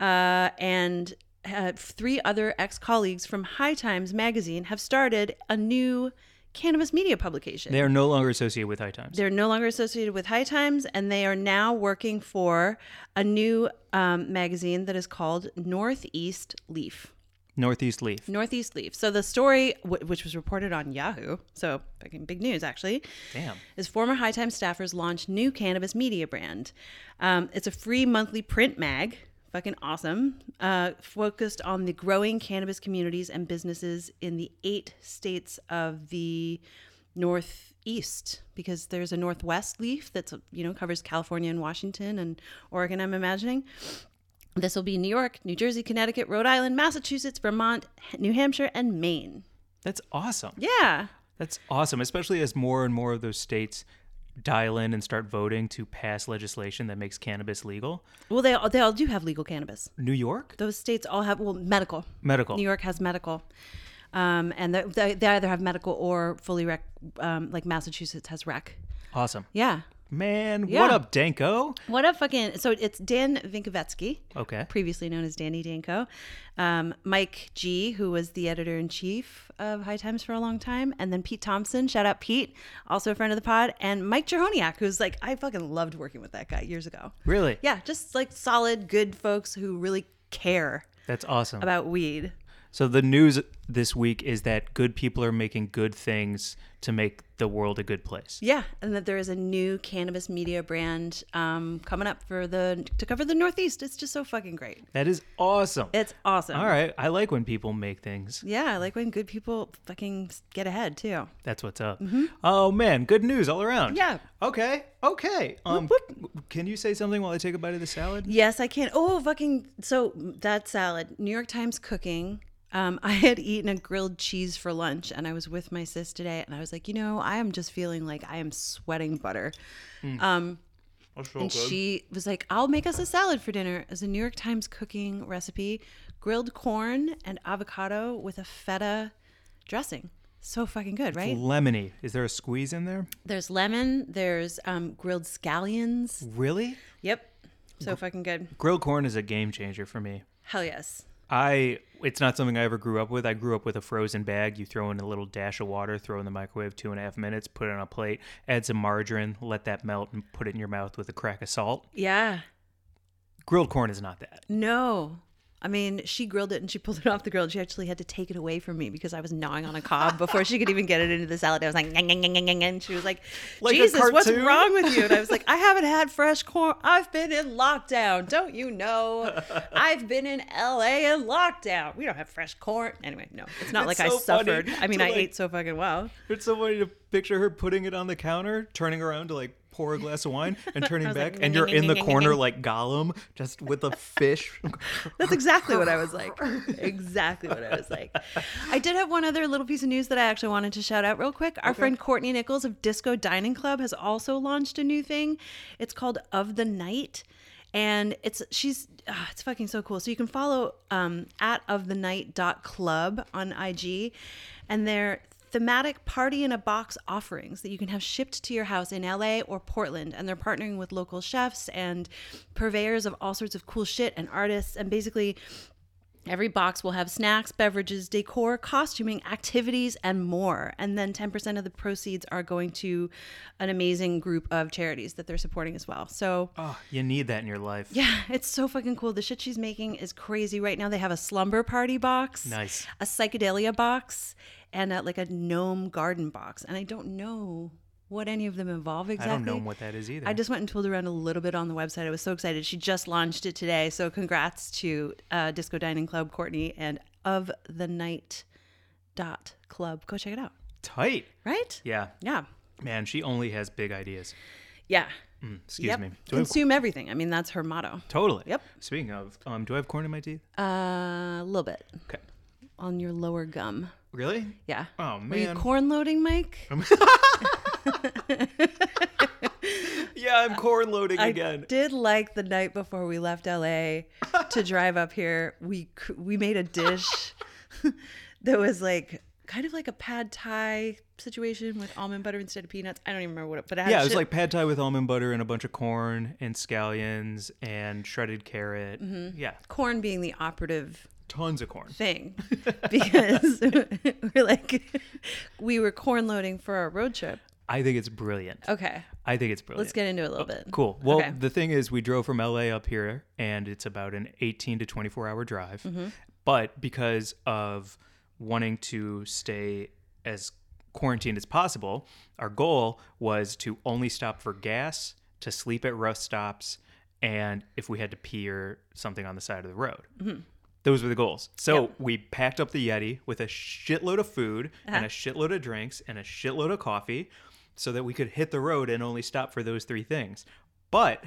[SPEAKER 1] uh, and uh, three other ex-colleagues from High Times magazine have started a new cannabis media publication.
[SPEAKER 2] They are no longer associated with High Times.
[SPEAKER 1] They're no longer associated with High Times, and they are now working for a new um, magazine that is called Northeast Leaf.
[SPEAKER 2] Northeast Leaf.
[SPEAKER 1] Northeast Leaf. So the story, w- which was reported on Yahoo, so fucking big news actually,
[SPEAKER 2] Damn.
[SPEAKER 1] is former High Times staffers launch new cannabis media brand. Um, it's a free monthly print mag, fucking awesome, uh, focused on the growing cannabis communities and businesses in the eight states of the northeast because there's a northwest leaf that's you know covers california and washington and oregon i'm imagining this will be new york new jersey connecticut rhode island massachusetts vermont new hampshire and maine
[SPEAKER 2] That's awesome.
[SPEAKER 1] yeah
[SPEAKER 2] That's awesome, especially as more and more of those states dial in and start voting to pass legislation that makes cannabis legal.
[SPEAKER 1] well they all, they all do have legal cannabis
[SPEAKER 2] New York?
[SPEAKER 1] those states all have well medical
[SPEAKER 2] Medical.
[SPEAKER 1] New York has medical, um, and they- they, they either have medical or fully rec. Um, like Massachusetts has rec.
[SPEAKER 2] Awesome.
[SPEAKER 1] Yeah.
[SPEAKER 2] Man, what
[SPEAKER 1] Yeah.
[SPEAKER 2] up, Danko?
[SPEAKER 1] What a fucking so it's Dan Vinkovetsky,
[SPEAKER 2] Okay.
[SPEAKER 1] previously known as Danny Danko, um, Mike G, who was the editor in chief of High Times for a long time, and then Pete Thompson, shout out Pete, also a friend of the pod, and Mike Jerhoniak, who's like I fucking loved working with that guy years ago.
[SPEAKER 2] Really?
[SPEAKER 1] Yeah, just like solid, good folks who really care
[SPEAKER 2] That's awesome.
[SPEAKER 1] about weed.
[SPEAKER 2] so the news this week is that good people are making good things to make the world a good place.
[SPEAKER 1] Yeah, and that there is a new cannabis media brand um, coming up for the to cover the Northeast. It's just so fucking great.
[SPEAKER 2] That is awesome.
[SPEAKER 1] It's awesome.
[SPEAKER 2] All right. I like when people make things.
[SPEAKER 1] Yeah, I like when good people fucking get ahead too.
[SPEAKER 2] That's what's up. Oh man, good news all around.
[SPEAKER 1] Mm-hmm. Yeah.
[SPEAKER 2] Okay. Okay. Um, can you say something while I take a bite of the salad?
[SPEAKER 1] Yes, I can. Oh, fucking so that salad, New York Times cooking. Um, I had eaten a grilled cheese for lunch, and I was with my sis today, and I was like, you know, I am just feeling like I am sweating butter. Um, and she was like, I'll make us a salad for dinner as a New York Times cooking recipe grilled corn and avocado with a feta dressing. So fucking good, right?
[SPEAKER 2] Lemony. Is there a squeeze in there?
[SPEAKER 1] There's lemon. There's um, grilled scallions.
[SPEAKER 2] Really?
[SPEAKER 1] Yep. So fucking good.
[SPEAKER 2] Grilled corn is a game changer for me.
[SPEAKER 1] Hell yes.
[SPEAKER 2] I it's not something I ever grew up with. I grew up with a frozen bag. You throw in a little dash of water, throw in the microwave, two and a half minutes, put it on a plate, add some margarine, let that melt, and put it in your mouth with a crack of salt.
[SPEAKER 1] Yeah.
[SPEAKER 2] Grilled corn is not that.
[SPEAKER 1] No. I mean, she grilled it and she pulled it off the grill. and She actually had to take it away from me because I was gnawing on a cob before she could even get it into the salad. I was like, "Nyang, nyang, nyang, nyang, nyang," and she was like,
[SPEAKER 2] Like a
[SPEAKER 1] Jesus, what's
[SPEAKER 2] cartoon?
[SPEAKER 1] wrong with you? And I was like, I haven't had fresh corn. I've been in lockdown. Don't you know? I've been in LA in lockdown. We don't have fresh corn. Anyway, no, it's not
[SPEAKER 2] It's
[SPEAKER 1] like I
[SPEAKER 2] so funny
[SPEAKER 1] suffered. I mean,
[SPEAKER 2] to,
[SPEAKER 1] I
[SPEAKER 2] like-
[SPEAKER 1] ate so fucking well.
[SPEAKER 2] It's somebody to picture her putting it on the counter, turning around to like pour a glass of wine and turning
[SPEAKER 1] was like,
[SPEAKER 2] back, and you're in the
[SPEAKER 1] "Nyang, nyang, nyang,
[SPEAKER 2] corner
[SPEAKER 1] nyang."
[SPEAKER 2] like Gollum, just with a fish.
[SPEAKER 1] That's exactly what I was like. Exactly what I was like. I did have one other little piece of news that I actually wanted to shout out real quick. Our friend Courtney Nichols of Disco Dining Club has also launched a new thing. It's called Of the Night. And it's she's ah, it's fucking so cool. So you can follow um, at ofthenight.club on IG, and they're thematic party in a box offerings that you can have shipped to your house in LA or Portland. And they're partnering with local chefs and purveyors of all sorts of cool shit and artists. And basically, Every box will have snacks, beverages, decor, costuming, activities, and more. And then 10% of the proceeds are going to an amazing group of charities that they're supporting as well. So,
[SPEAKER 2] oh, you need that in your life.
[SPEAKER 1] yeah, it's so fucking cool. The shit she's making is crazy. Right now, they have a slumber party box,
[SPEAKER 2] Nice.
[SPEAKER 1] a psychedelia box, and a, like a gnome garden box. And I don't know what any of them involve
[SPEAKER 2] I
[SPEAKER 1] exactly.
[SPEAKER 2] don't know what that is either.
[SPEAKER 1] I just went and tooled around a little bit on the website. I was so excited. She just launched it today. So congrats to uh, Disco Dining Club, Courtney, and of the night dot club. Go check it out.
[SPEAKER 2] tight.
[SPEAKER 1] Right?
[SPEAKER 2] Yeah,
[SPEAKER 1] Yeah.
[SPEAKER 2] man, she only has big ideas.
[SPEAKER 1] Yeah.
[SPEAKER 2] Mm, excuse
[SPEAKER 1] yep.
[SPEAKER 2] me. Do I have-
[SPEAKER 1] Consume everything. I mean, that's her motto.
[SPEAKER 2] totally.
[SPEAKER 1] Yep.
[SPEAKER 2] Speaking of, um, do I have corn in my teeth?
[SPEAKER 1] Uh, A little bit
[SPEAKER 2] Okay.
[SPEAKER 1] on your lower gum.
[SPEAKER 2] Really?
[SPEAKER 1] Yeah.
[SPEAKER 2] Oh
[SPEAKER 1] Were you
[SPEAKER 2] man. Oh
[SPEAKER 1] corn loading, Mike?
[SPEAKER 2] yeah, I'm corn loading again.
[SPEAKER 1] I did like the night before we left LA to drive up here. We c- we made a dish that was like kind of like a pad thai situation with almond butter instead of peanuts. I don't even remember what it, but it had
[SPEAKER 2] Yeah, it was
[SPEAKER 1] shit-
[SPEAKER 2] like pad thai with almond butter and a bunch of corn and scallions and shredded carrot.
[SPEAKER 1] Mm-hmm.
[SPEAKER 2] Yeah,
[SPEAKER 1] corn being the operative
[SPEAKER 2] tons of corn.
[SPEAKER 1] thing because we're like we were corn loading for our road trip.
[SPEAKER 2] I think it's brilliant.
[SPEAKER 1] Okay,
[SPEAKER 2] I think it's brilliant.
[SPEAKER 1] let's get into it a little bit.
[SPEAKER 2] Uh, Cool. Well,
[SPEAKER 1] Okay.
[SPEAKER 2] the thing is, we drove from LA up here, and it's about an 18 to 24 hour drive.
[SPEAKER 1] Mm-hmm.
[SPEAKER 2] But because of wanting to stay as quarantined as possible, our goal was to only stop for gas, to sleep at rest stops, and if we had to pee or something on the side of the road. Those were the goals. So we packed up the Yeti with a shitload of food and a shitload of drinks and a shitload of coffee so that we could hit the road and only stop for those three things. But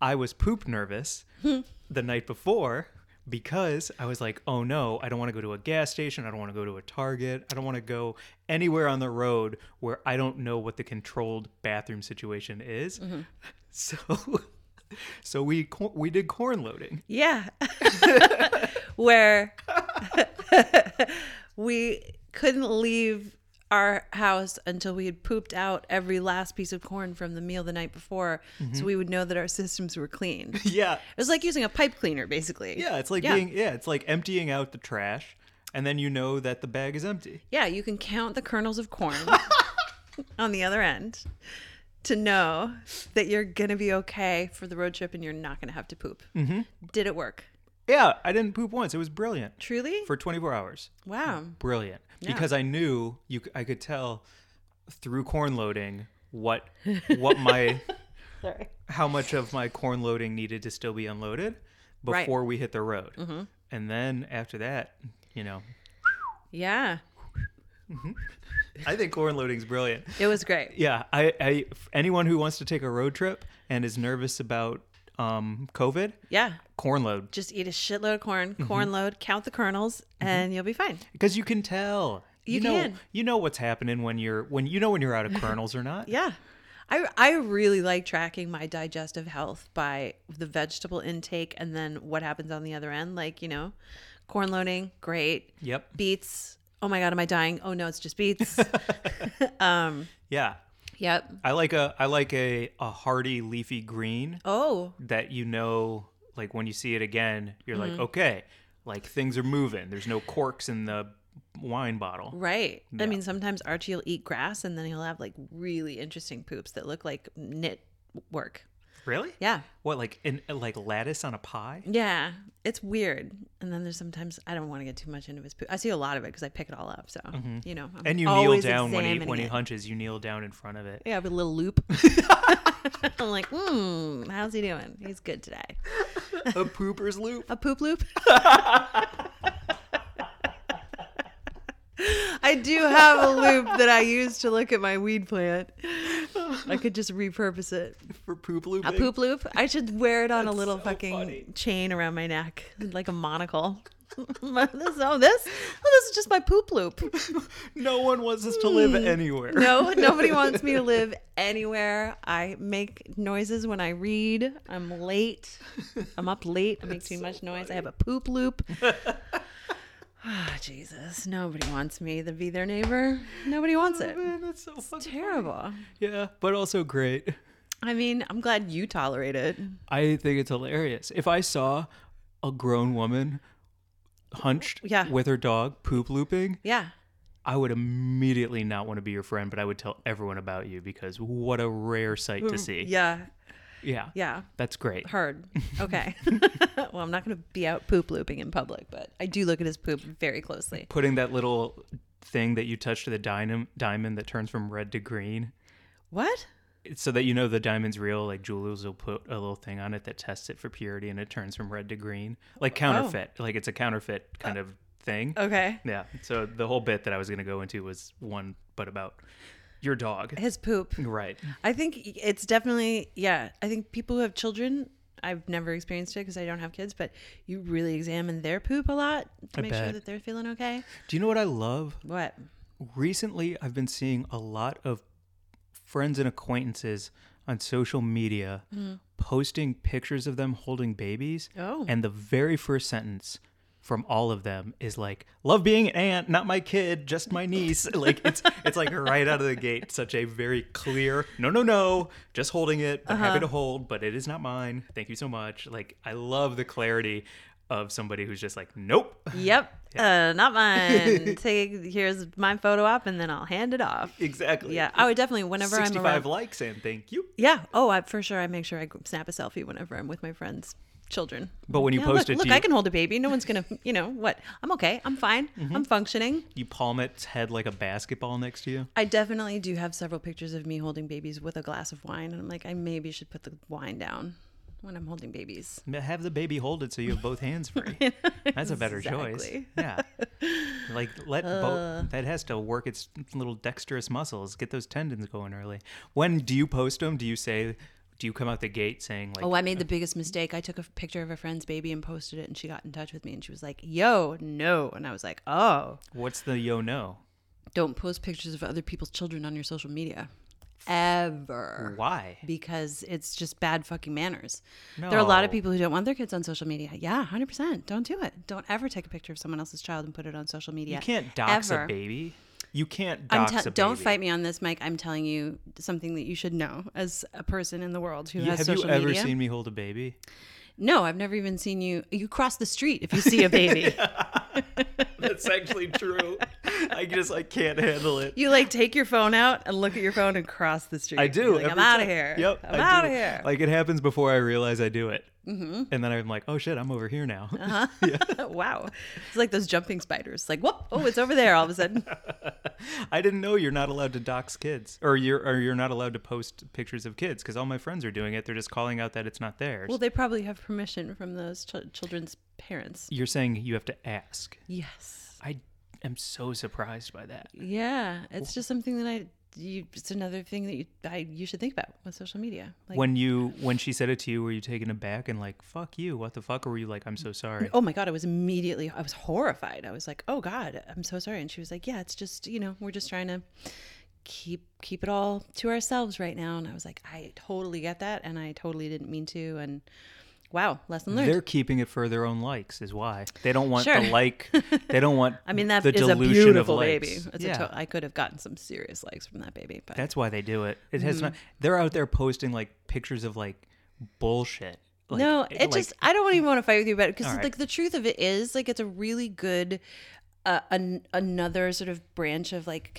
[SPEAKER 2] I was poop nervous the night before because I was like, oh no, I don't want to go to a gas station. I don't want to go to a Target. I don't want to go anywhere on the road where I don't know what the controlled bathroom situation is. So. So we cor- we did corn loading.
[SPEAKER 1] Yeah. Where we couldn't leave our house until we had pooped out every last piece of corn from the meal the night before
[SPEAKER 2] Mm-hmm.
[SPEAKER 1] so we would know that our systems were clean. It
[SPEAKER 2] Yeah,
[SPEAKER 1] was like using a pipe cleaner basically.
[SPEAKER 2] Yeah, it's like
[SPEAKER 1] Yeah.
[SPEAKER 2] being yeah, it's like emptying out the trash and then you know that the bag is empty.
[SPEAKER 1] Yeah, you can count the kernels of corn on the other end to know that you're going to be okay for the road trip and you're not going to have to poop.
[SPEAKER 2] Mm-hmm.
[SPEAKER 1] Did it work?
[SPEAKER 2] Yeah, I didn't poop once. It was brilliant
[SPEAKER 1] Truly?
[SPEAKER 2] for 24 hours.
[SPEAKER 1] wow.
[SPEAKER 2] Brilliant. Because I knew you c- I could tell through corn loading what what my
[SPEAKER 1] Sorry.
[SPEAKER 2] how much of my corn loading needed to still be unloaded
[SPEAKER 1] Right. Mm-hmm.
[SPEAKER 2] before we hit the road. And then after that, you know,
[SPEAKER 1] Yeah.
[SPEAKER 2] I think corn loading's brilliant.
[SPEAKER 1] It was great.
[SPEAKER 2] Yeah, I, I anyone who wants to take a road trip and is nervous about um COVID,
[SPEAKER 1] Yeah.
[SPEAKER 2] corn load.
[SPEAKER 1] Just eat a shitload of corn, corn load, count the kernels, and you'll be fine.
[SPEAKER 2] because you can tell.
[SPEAKER 1] You
[SPEAKER 2] know,
[SPEAKER 1] can.
[SPEAKER 2] You know what's happening when you're when you know when you're out of kernels or not.
[SPEAKER 1] Yeah. I, I really like tracking my digestive health by the vegetable intake and then what happens on the other end. Like, you know, corn loading, great.
[SPEAKER 2] Yep.
[SPEAKER 1] Beets, oh my god, am I dying? Oh no, it's just beets.
[SPEAKER 2] Yeah.
[SPEAKER 1] yep.
[SPEAKER 2] I like a I like a, a hearty leafy green
[SPEAKER 1] Oh,
[SPEAKER 2] that you know like when you see it again, you're
[SPEAKER 1] Mm-hmm.
[SPEAKER 2] like, okay, like things are moving. There's no corks in the wine bottle.
[SPEAKER 1] right. I mean, sometimes Archie will eat grass and then he'll have like really interesting poops that look like knit work.
[SPEAKER 2] Really?
[SPEAKER 1] Yeah.
[SPEAKER 2] What like in like lattice on a pie?
[SPEAKER 1] Yeah. It's weird. And then there's sometimes I don't want to get too much into his poop. I see a lot of it because I pick it all up. So, you know, I'm
[SPEAKER 2] Mm-hmm. And you
[SPEAKER 1] always
[SPEAKER 2] kneel down when he
[SPEAKER 1] examining
[SPEAKER 2] when he
[SPEAKER 1] it.
[SPEAKER 2] hunches, you kneel down in front of it.
[SPEAKER 1] Yeah, I have a little loop. I'm like, hmm, how's he doing? He's good today.
[SPEAKER 2] a pooper's loop.
[SPEAKER 1] A poop loop? I do have a loop that I use to look at my weed plant. I could just repurpose it.
[SPEAKER 2] For poop loop.
[SPEAKER 1] A poop loop? I should wear it on a little
[SPEAKER 2] so
[SPEAKER 1] fucking
[SPEAKER 2] funny.
[SPEAKER 1] chain around my neck, like a monocle. this, oh, this? Oh, this is just my poop loop.
[SPEAKER 2] No one wants us to live anywhere.
[SPEAKER 1] Hmm. No, nobody wants me to live anywhere. I make noises when I read. I'm late. I'm up late. I make too much noise. I have a poop loop. Ah, Jesus. Nobody wants me to be their neighbor. Nobody wants it.
[SPEAKER 2] Man, that's so fucking
[SPEAKER 1] Terrible.
[SPEAKER 2] Yeah, but also great.
[SPEAKER 1] I mean, I'm glad you tolerate it.
[SPEAKER 2] I think it's hilarious. If I saw a grown woman hunched
[SPEAKER 1] Yeah.
[SPEAKER 2] with her dog poop looping,
[SPEAKER 1] Yeah.
[SPEAKER 2] I would immediately not want to be your friend, but I would tell everyone about you because what a rare sight to see.
[SPEAKER 1] Mm, Yeah.
[SPEAKER 2] Yeah.
[SPEAKER 1] Yeah.
[SPEAKER 2] That's great.
[SPEAKER 1] Heard. Okay. well, I'm not going to be out poop looping in public, but I do look at his poop very closely.
[SPEAKER 2] Putting that little thing that you touch to the dynam- diamond that turns from red to green
[SPEAKER 1] What?
[SPEAKER 2] so that you know the diamond's real like jewelers will put a little thing on it that tests it for purity and it turns from red to green
[SPEAKER 1] Oh.
[SPEAKER 2] like counterfeit like it's a counterfeit kind
[SPEAKER 1] Uh,
[SPEAKER 2] of thing
[SPEAKER 1] Okay.
[SPEAKER 2] yeah so the whole bit that i was going to go into was one but about your dog
[SPEAKER 1] His poop.
[SPEAKER 2] right
[SPEAKER 1] I think it's definitely yeah. I think people who have children, I've never experienced it because I don't have kids, but you really examine their poop a lot to
[SPEAKER 2] I
[SPEAKER 1] make sure
[SPEAKER 2] bet.
[SPEAKER 1] that they're feeling okay.
[SPEAKER 2] do you know what i love
[SPEAKER 1] What?
[SPEAKER 2] recently i've been seeing a lot of friends and acquaintances on social media posting pictures of them holding babies
[SPEAKER 1] Mm. Oh.
[SPEAKER 2] and the very first sentence from all of them is like love being an aunt not my kid just my niece like it's it's like right out of the gate such a very clear no no no just holding it but
[SPEAKER 1] Uh-huh.
[SPEAKER 2] happy to hold but it is not mine thank you so much like i love the clarity of somebody who's just like nope
[SPEAKER 1] Yep. Uh, not mine. Take here's my photo op, and then I'll hand it off.
[SPEAKER 2] exactly
[SPEAKER 1] Yeah. I would definitely whenever I'm
[SPEAKER 2] 65
[SPEAKER 1] around.
[SPEAKER 2] likes and thank you
[SPEAKER 1] yeah. Oh, I, for sure. I make sure I snap a selfie whenever I'm with my friends. Children,
[SPEAKER 2] But when you
[SPEAKER 1] Yeah,
[SPEAKER 2] post
[SPEAKER 1] look,
[SPEAKER 2] it,
[SPEAKER 1] look,
[SPEAKER 2] do you,
[SPEAKER 1] I can hold a baby. No one's gonna, you know what? I'm okay. I'm fine.
[SPEAKER 2] Mm-hmm.
[SPEAKER 1] I'm functioning.
[SPEAKER 2] you palm its head like a basketball next to you?
[SPEAKER 1] I definitely do have several pictures of me holding babies with a glass of wine, and I'm like, I maybe should put the wine down when I'm holding babies.
[SPEAKER 2] Have the baby hold it so you have both hands free. That's a better choice.
[SPEAKER 1] Exactly. Uh.
[SPEAKER 2] Yeah, like let both. That has to work its little dexterous muscles. Get those tendons going early. When do you post them? Do you say? Do you come out the gate saying like?
[SPEAKER 1] Oh, I made the biggest mistake. I took a picture of a friend's baby and posted it, and she got in touch with me, and she was like, "Yo, no," and I was like, "Oh,
[SPEAKER 2] What's the yo no?
[SPEAKER 1] don't post pictures of other people's children on your social media, ever."
[SPEAKER 2] Why?
[SPEAKER 1] Because it's just bad fucking manners. There are a lot of
[SPEAKER 2] No.
[SPEAKER 1] people who don't want their kids on social media. Yeah, 100%. Don't do it. Don't ever take a picture of someone else's child and put it on social media.
[SPEAKER 2] You can't dox
[SPEAKER 1] ever.
[SPEAKER 2] a baby. You can't
[SPEAKER 1] I'm
[SPEAKER 2] dox
[SPEAKER 1] te-
[SPEAKER 2] a baby.
[SPEAKER 1] don't fight me on this, Mike. I'm telling you something that you should know as a person in the world who
[SPEAKER 2] You-
[SPEAKER 1] has
[SPEAKER 2] have you
[SPEAKER 1] social
[SPEAKER 2] ever
[SPEAKER 1] media.
[SPEAKER 2] seen me hold a baby?
[SPEAKER 1] no, I've never even seen you. You cross the street if you see a baby.
[SPEAKER 2] That's actually true. I just I can't handle it.
[SPEAKER 1] You like take your phone out and look at your phone and cross the street.
[SPEAKER 2] I
[SPEAKER 1] You're
[SPEAKER 2] do.
[SPEAKER 1] like, I'm
[SPEAKER 2] every
[SPEAKER 1] out of
[SPEAKER 2] time.
[SPEAKER 1] here.
[SPEAKER 2] Yep.
[SPEAKER 1] I'm
[SPEAKER 2] I
[SPEAKER 1] out
[SPEAKER 2] do.
[SPEAKER 1] of here.
[SPEAKER 2] Like it happens before I realize I do it, mm-hmm. and then I'm like, oh shit, I'm over here now.
[SPEAKER 1] Uh-huh. wow, it's like those jumping spiders. Like whoop! Oh, it's over there. All of a sudden.
[SPEAKER 2] I didn't know you're not allowed to dox kids, or you're or you're not allowed to post pictures of kids because all my friends are doing it. They're just calling out that it's not theirs.
[SPEAKER 1] Well, they probably have permission from those ch- children's parents.
[SPEAKER 2] you're saying you have to ask.
[SPEAKER 1] Yes.
[SPEAKER 2] I am so surprised by that.
[SPEAKER 1] Yeah, it's just something that I. You, it's another thing that you I, you should think about with social media. Like,
[SPEAKER 2] When you when she said it to you, were you taken aback and like fuck you? What the fuck? Or were you like, I'm so sorry?
[SPEAKER 1] oh my god i was immediately i was horrified i was like oh god i'm so sorry and she was like yeah it's just you know we're just trying to keep keep it all to ourselves right now and i was like i totally get that and i totally didn't mean to and Wow, lesson learned.
[SPEAKER 2] They're keeping it for their own likes, is why they don't want
[SPEAKER 1] Sure.
[SPEAKER 2] the like. They don't want.
[SPEAKER 1] I mean, that
[SPEAKER 2] the
[SPEAKER 1] is a
[SPEAKER 2] dilution
[SPEAKER 1] beautiful
[SPEAKER 2] of
[SPEAKER 1] baby.
[SPEAKER 2] likes.
[SPEAKER 1] It's
[SPEAKER 2] yeah,
[SPEAKER 1] a to- I could have gotten some serious likes from that baby, but
[SPEAKER 2] that's why they do it. It
[SPEAKER 1] Mm.
[SPEAKER 2] has not. They're out there posting like pictures of like bullshit. Like,
[SPEAKER 1] no,
[SPEAKER 2] eh,
[SPEAKER 1] it
[SPEAKER 2] like,
[SPEAKER 1] just I don't even want to fight with you about it because
[SPEAKER 2] All right.
[SPEAKER 1] like the truth of it is like it's a really good uh, an, another sort of branch of like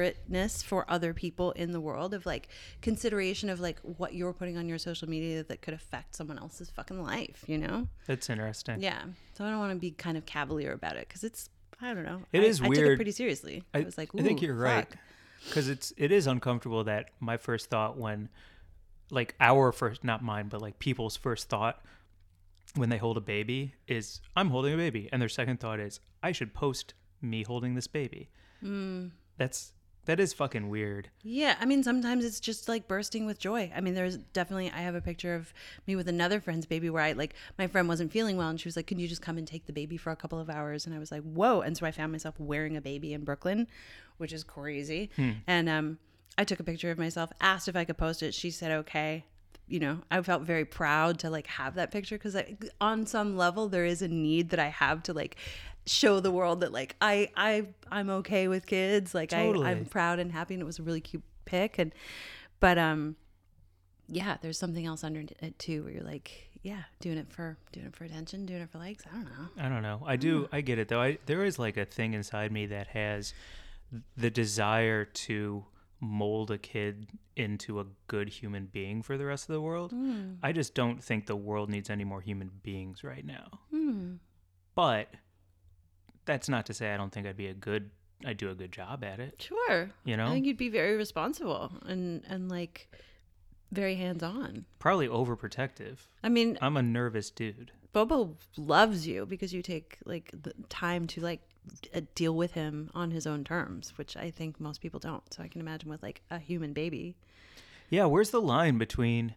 [SPEAKER 1] considerateness for other people in the world of like consideration of like what you're putting on your social media that could affect someone else's fucking life, you know?
[SPEAKER 2] That's interesting.
[SPEAKER 1] Yeah. So I don't want to be kind of cavalier about it because it's I don't know.
[SPEAKER 2] It
[SPEAKER 1] I,
[SPEAKER 2] is
[SPEAKER 1] I took it
[SPEAKER 2] weird.
[SPEAKER 1] pretty seriously.
[SPEAKER 2] I,
[SPEAKER 1] I, was like, Ooh,
[SPEAKER 2] I think you're right
[SPEAKER 1] fuck.
[SPEAKER 2] because it's it is uncomfortable that my first thought when, like our first, not mine, but like people's first thought when they hold a baby is I'm holding a baby, and their second thought is I should post me holding this baby.
[SPEAKER 1] Mm.
[SPEAKER 2] That's that is fucking weird.
[SPEAKER 1] Yeah, I mean, sometimes it's just like bursting with joy. I mean, there's definitely, I have a picture of me with another friend's baby where I like, my friend wasn't feeling well and she was like, Can you just come and take the baby for a couple of hours? And I was like, Whoa. And so I found myself wearing a baby in Brooklyn, which is crazy. And um, I took a picture of myself, asked if I could post it. She said, Okay. You know, I felt very proud to like have that picture because on some level, there is a need that I have to like, show the world that like I I I'm okay with kids like
[SPEAKER 2] Totally.
[SPEAKER 1] I I'm proud and happy and it was a really cute pick and but um yeah there's something else under it too where you're like yeah doing it for doing it for attention doing it for likes i don't know
[SPEAKER 2] I don't know. I do. I get it though. I there is like a thing inside me that has the desire to mold a kid into a good human being for the rest of the world. I just don't think the world needs any more human beings right now. But that's not to say I don't think I'd be a good. I do a good job at it.
[SPEAKER 1] sure
[SPEAKER 2] You know?
[SPEAKER 1] i think you'd be very responsible and and like very hands on
[SPEAKER 2] Probably overprotective.
[SPEAKER 1] i mean
[SPEAKER 2] I'm a nervous dude.
[SPEAKER 1] bobo loves you because you take like the time to like d- deal with him on his own terms which i think most people don't so i can imagine with like a human baby
[SPEAKER 2] Yeah, where's the line between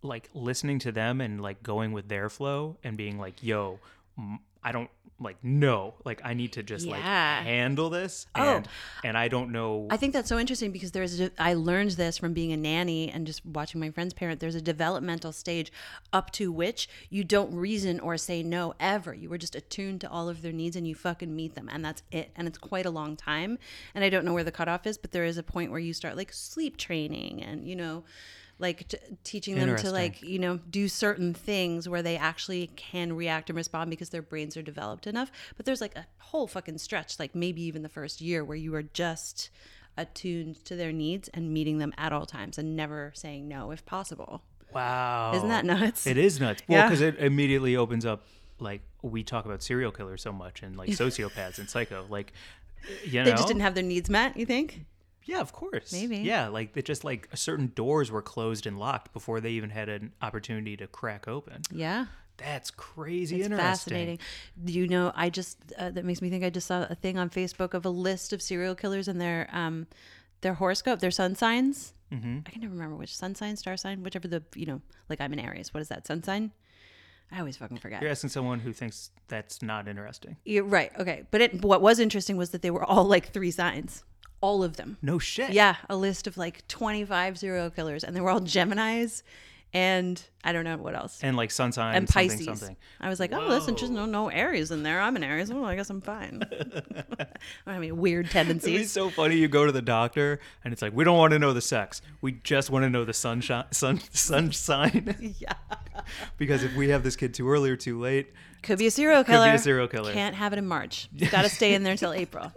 [SPEAKER 2] like listening to them and like going with their flow and being like, "Yo, m- I don't like no, like I need to just like
[SPEAKER 1] Yeah.
[SPEAKER 2] handle this
[SPEAKER 1] Oh.
[SPEAKER 2] and and I don't know
[SPEAKER 1] I think that's so interesting because there's a, I learned this from being a nanny and just watching my friends parent. There's a developmental stage up to which you don't reason or say no ever. You were just attuned to all of their needs and you fucking meet them and that's it. And it's quite a long time. And I don't know where the cutoff is, but there is a point where you start like sleep training and you know, like t- teaching them to
[SPEAKER 2] Interesting.
[SPEAKER 1] like you know do certain things where they actually can react and respond because their brains are developed enough but there's like a whole fucking stretch like maybe even the first year where you are just attuned to their needs and meeting them at all times and never saying no if possible
[SPEAKER 2] wow.
[SPEAKER 1] isn't that nuts
[SPEAKER 2] Oh. It is nuts. Well,
[SPEAKER 1] Yeah.
[SPEAKER 2] because it immediately opens up like we talk about serial killers so much and like sociopaths and psycho like you know
[SPEAKER 1] they just didn't have their needs met you think
[SPEAKER 2] yeah of course
[SPEAKER 1] Maybe.
[SPEAKER 2] yeah like it just like certain doors were closed and locked before they even had an opportunity to crack open
[SPEAKER 1] yeah
[SPEAKER 2] That's crazy
[SPEAKER 1] It's
[SPEAKER 2] interesting.
[SPEAKER 1] fascinating. You know, I just uh, that makes me think. I just saw a thing on Facebook of a list of serial killers and their um their horoscope, their sun signs. I can never remember which sun sign, star sign, whichever the you know, like I'm an Aries. What is that sun sign? I always fucking forget.
[SPEAKER 2] You're asking someone who thinks that's not interesting.
[SPEAKER 1] Yeah, right. Okay. But it, what was interesting was that they were all like three signs, all of them.
[SPEAKER 2] No shit.
[SPEAKER 1] Yeah, a list of like 25 serial killers, and they were all Gemini's, and I don't know what else.
[SPEAKER 2] And like sun sign
[SPEAKER 1] and
[SPEAKER 2] something,
[SPEAKER 1] Pisces.
[SPEAKER 2] something.
[SPEAKER 1] I was like, oh, that's interesting. No, no Aries in there. I'm an Aries. Well, I guess I'm fine. I mean, weird
[SPEAKER 2] It'd be
[SPEAKER 1] tendencies.
[SPEAKER 2] so funny. You go to the doctor and it's like, we don't want to know the sex. We just want to know the sunshine, sun, sun sign.
[SPEAKER 1] yeah.
[SPEAKER 2] because if we have this kid too early or too late,
[SPEAKER 1] Could be a serial
[SPEAKER 2] be a
[SPEAKER 1] killer.
[SPEAKER 2] serial killer.
[SPEAKER 1] Can't have it in March. Got to stay in there till April.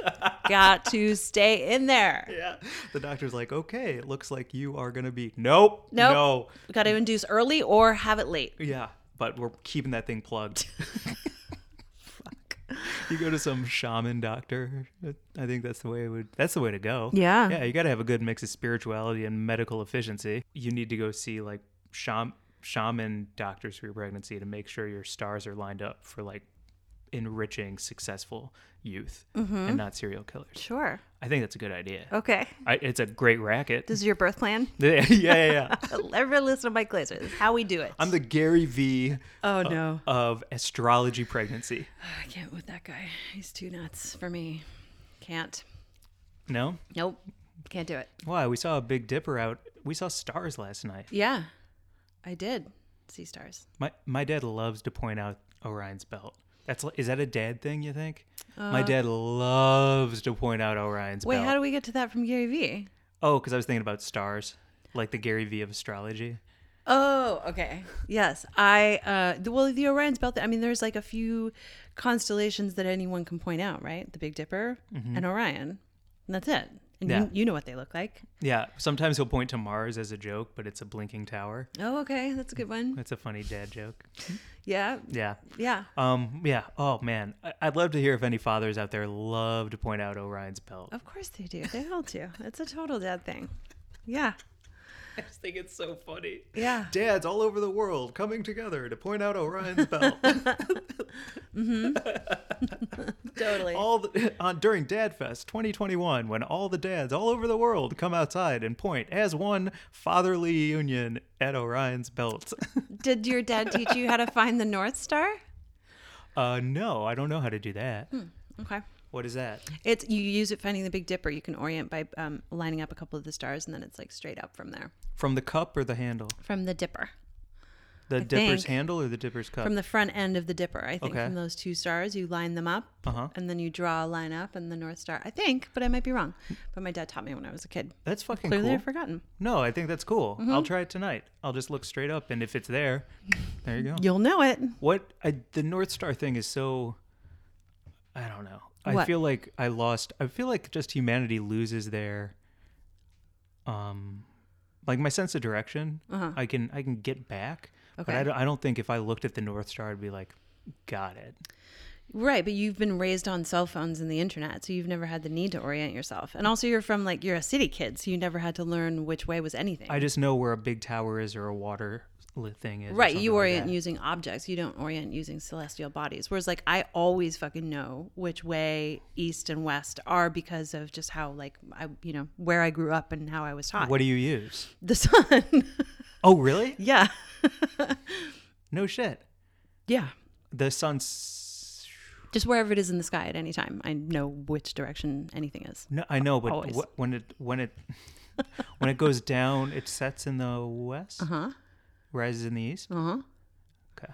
[SPEAKER 1] Got to stay in there.
[SPEAKER 2] yeah, the doctor's like, okay, it looks like you are gonna be nope,
[SPEAKER 1] Nope.
[SPEAKER 2] no,
[SPEAKER 1] Got to induce early or have it late.
[SPEAKER 2] yeah. But we're keeping that thing plugged. You go to some shaman doctor. I think that's the way it would. That's the way to go.
[SPEAKER 1] Yeah.
[SPEAKER 2] Yeah, you got to have a good mix of spirituality and medical efficiency. You need to go see like sham- shaman doctors for your pregnancy to make sure your stars are lined up for like enriching successful youth and not serial killers.
[SPEAKER 1] Sure.
[SPEAKER 2] I think that's a good idea.
[SPEAKER 1] Okay.
[SPEAKER 2] I, it's a great racket.
[SPEAKER 1] This is your birth plan.
[SPEAKER 2] yeah, yeah, yeah.
[SPEAKER 1] Everyone listen to Mike Glazer. This is how we do it.
[SPEAKER 2] I'm Uh, the Gary V
[SPEAKER 1] oh, no.
[SPEAKER 2] of astrology pregnancy.
[SPEAKER 1] I can't with that guy. He's too nuts for me. Can't.
[SPEAKER 2] No?
[SPEAKER 1] Nope. Can't do it.
[SPEAKER 2] Why? We saw a Big Dipper out. We saw stars last night.
[SPEAKER 1] Yeah, I did. sea stars.
[SPEAKER 2] My my dad loves to point out Orion's belt. That's li- is that a dad thing? You think? my dad loves to point out Orion's
[SPEAKER 1] Uh, Wait,
[SPEAKER 2] belt.
[SPEAKER 1] how do we get to that from Gary Vee?
[SPEAKER 2] oh, because I was thinking about stars, like the Gary Vee of astrology.
[SPEAKER 1] Oh, okay. Yes, I. Uh, the, well, the Orion's Belt. I mean, there's like a few constellations that anyone can point out, right? The Big Dipper and Orion, and that's it. And
[SPEAKER 2] Mm-hmm. Yeah.
[SPEAKER 1] you, you know what they look like.
[SPEAKER 2] Yeah, sometimes he'll point to Mars as a joke, but it's a blinking tower.
[SPEAKER 1] Oh, okay, that's a good one.
[SPEAKER 2] That's a funny dad joke.
[SPEAKER 1] Yeah,
[SPEAKER 2] Yeah.
[SPEAKER 1] yeah.
[SPEAKER 2] Um. Yeah. Oh man, I- I'd love to hear if any fathers out there love to point out Orion's belt.
[SPEAKER 1] Of course they do. They all do. It's a total dad thing. Yeah,
[SPEAKER 2] I just think it's so funny.
[SPEAKER 1] yeah.
[SPEAKER 2] Dads all over the world coming together to point out Orion's belt.
[SPEAKER 1] Totally.
[SPEAKER 2] all the, on during Dad Fest 2021 when all the dads all over the world come outside and point as one fatherly union at Orion's belt.
[SPEAKER 1] Did your dad teach you how to find the North Star?
[SPEAKER 2] uh, no, I don't know how to do that.
[SPEAKER 1] Hmm. Okay.
[SPEAKER 2] What is that?
[SPEAKER 1] It's you use it finding the Big Dipper. You can orient by um, lining up a couple of the stars, and then it's like straight up from there.
[SPEAKER 2] From the cup or the handle?
[SPEAKER 1] From the Dipper,
[SPEAKER 2] The dipper's
[SPEAKER 1] think-
[SPEAKER 2] handle or the dipper's cup?
[SPEAKER 1] from the front end of the Dipper. I think
[SPEAKER 2] Okay.
[SPEAKER 1] from those two stars, you line them up,
[SPEAKER 2] Uh-huh.
[SPEAKER 1] and then you draw a line up and the North Star. I think, but I might be wrong. But my dad taught me when I was a kid.
[SPEAKER 2] that's fucking
[SPEAKER 1] Clearly,
[SPEAKER 2] Hmm.
[SPEAKER 1] Mm-hmm.
[SPEAKER 2] cool.
[SPEAKER 1] I've forgotten.
[SPEAKER 2] No, I think that's cool. I'll try it tonight. I'll just look straight up, and if it's there, there you go.
[SPEAKER 1] You'll know it.
[SPEAKER 2] What I, the North Star thing is so. I don't know. I
[SPEAKER 1] What?
[SPEAKER 2] feel like I lost. I feel like just humanity loses their. Um, like my sense of direction. I can I can get back, but
[SPEAKER 1] Uh-huh.
[SPEAKER 2] I
[SPEAKER 1] Okay.
[SPEAKER 2] don't, I don't think if I looked at the North Star, I'd be like, got it.
[SPEAKER 1] Right, but you've been raised on cell phones and the internet, so you've never had the need to orient yourself. And also, you're from like you're a city kid, so you never had to learn which way was anything.
[SPEAKER 2] I just know where a big tower is or a water lit thing is. or
[SPEAKER 1] Right,
[SPEAKER 2] something
[SPEAKER 1] you
[SPEAKER 2] like
[SPEAKER 1] orient
[SPEAKER 2] that.
[SPEAKER 1] using objects. You don't orient using celestial bodies. Whereas, like, I always fucking know which way east and west are because of just how, like, I, you know, where I grew up and how I was taught.
[SPEAKER 2] What do you use?
[SPEAKER 1] the sun.
[SPEAKER 2] Oh, really?
[SPEAKER 1] yeah,
[SPEAKER 2] No shit.
[SPEAKER 1] yeah.
[SPEAKER 2] The sun's.
[SPEAKER 1] Just wherever it is in the sky at any time, I know which direction anything is.
[SPEAKER 2] No, I know, but
[SPEAKER 1] Always.
[SPEAKER 2] wh- when it when it when it goes down, it sets in the west,
[SPEAKER 1] Huh?
[SPEAKER 2] rises in the east.
[SPEAKER 1] Uh huh.
[SPEAKER 2] Okay,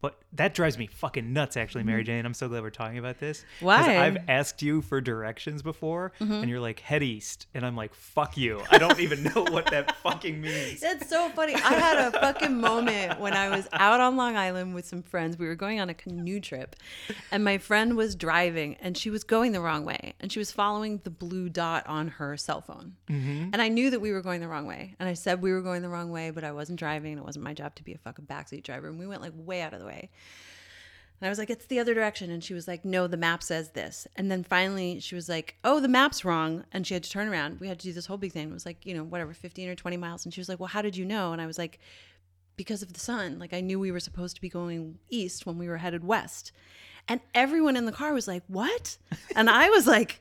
[SPEAKER 2] but that drives me fucking nuts. Actually, Mary Jane, I'm so glad we're talking about this. 'cause
[SPEAKER 1] Mm-hmm. Why? Mm-hmm.
[SPEAKER 2] I've asked you for directions before, and you're like head east, and I'm like fuck you. I don't even know what that fucking means.
[SPEAKER 1] That's so funny. I had a fucking moment when I was out on Long Island with some friends. We were going on a canoe trip, and my friend was driving, and she was going the wrong way, and she was following the blue dot on her cell phone. And I knew that we were going the wrong way, and I said we were going the wrong way, but I wasn't driving, and it wasn't my job to be a fucking backseat driver. And we went like way out of the way. And I was like, it's the other direction. And she was like, no, the map says this. And then finally she was like, oh, the map's wrong. And she had to turn around. We had to do this whole big thing. It was like, you know, whatever, 15 or 20 miles. And she was like, well, how did you know? And I was like, because of the sun. Like I knew we were supposed to be going east when we were headed west. And everyone in the car was like, what? And I was like,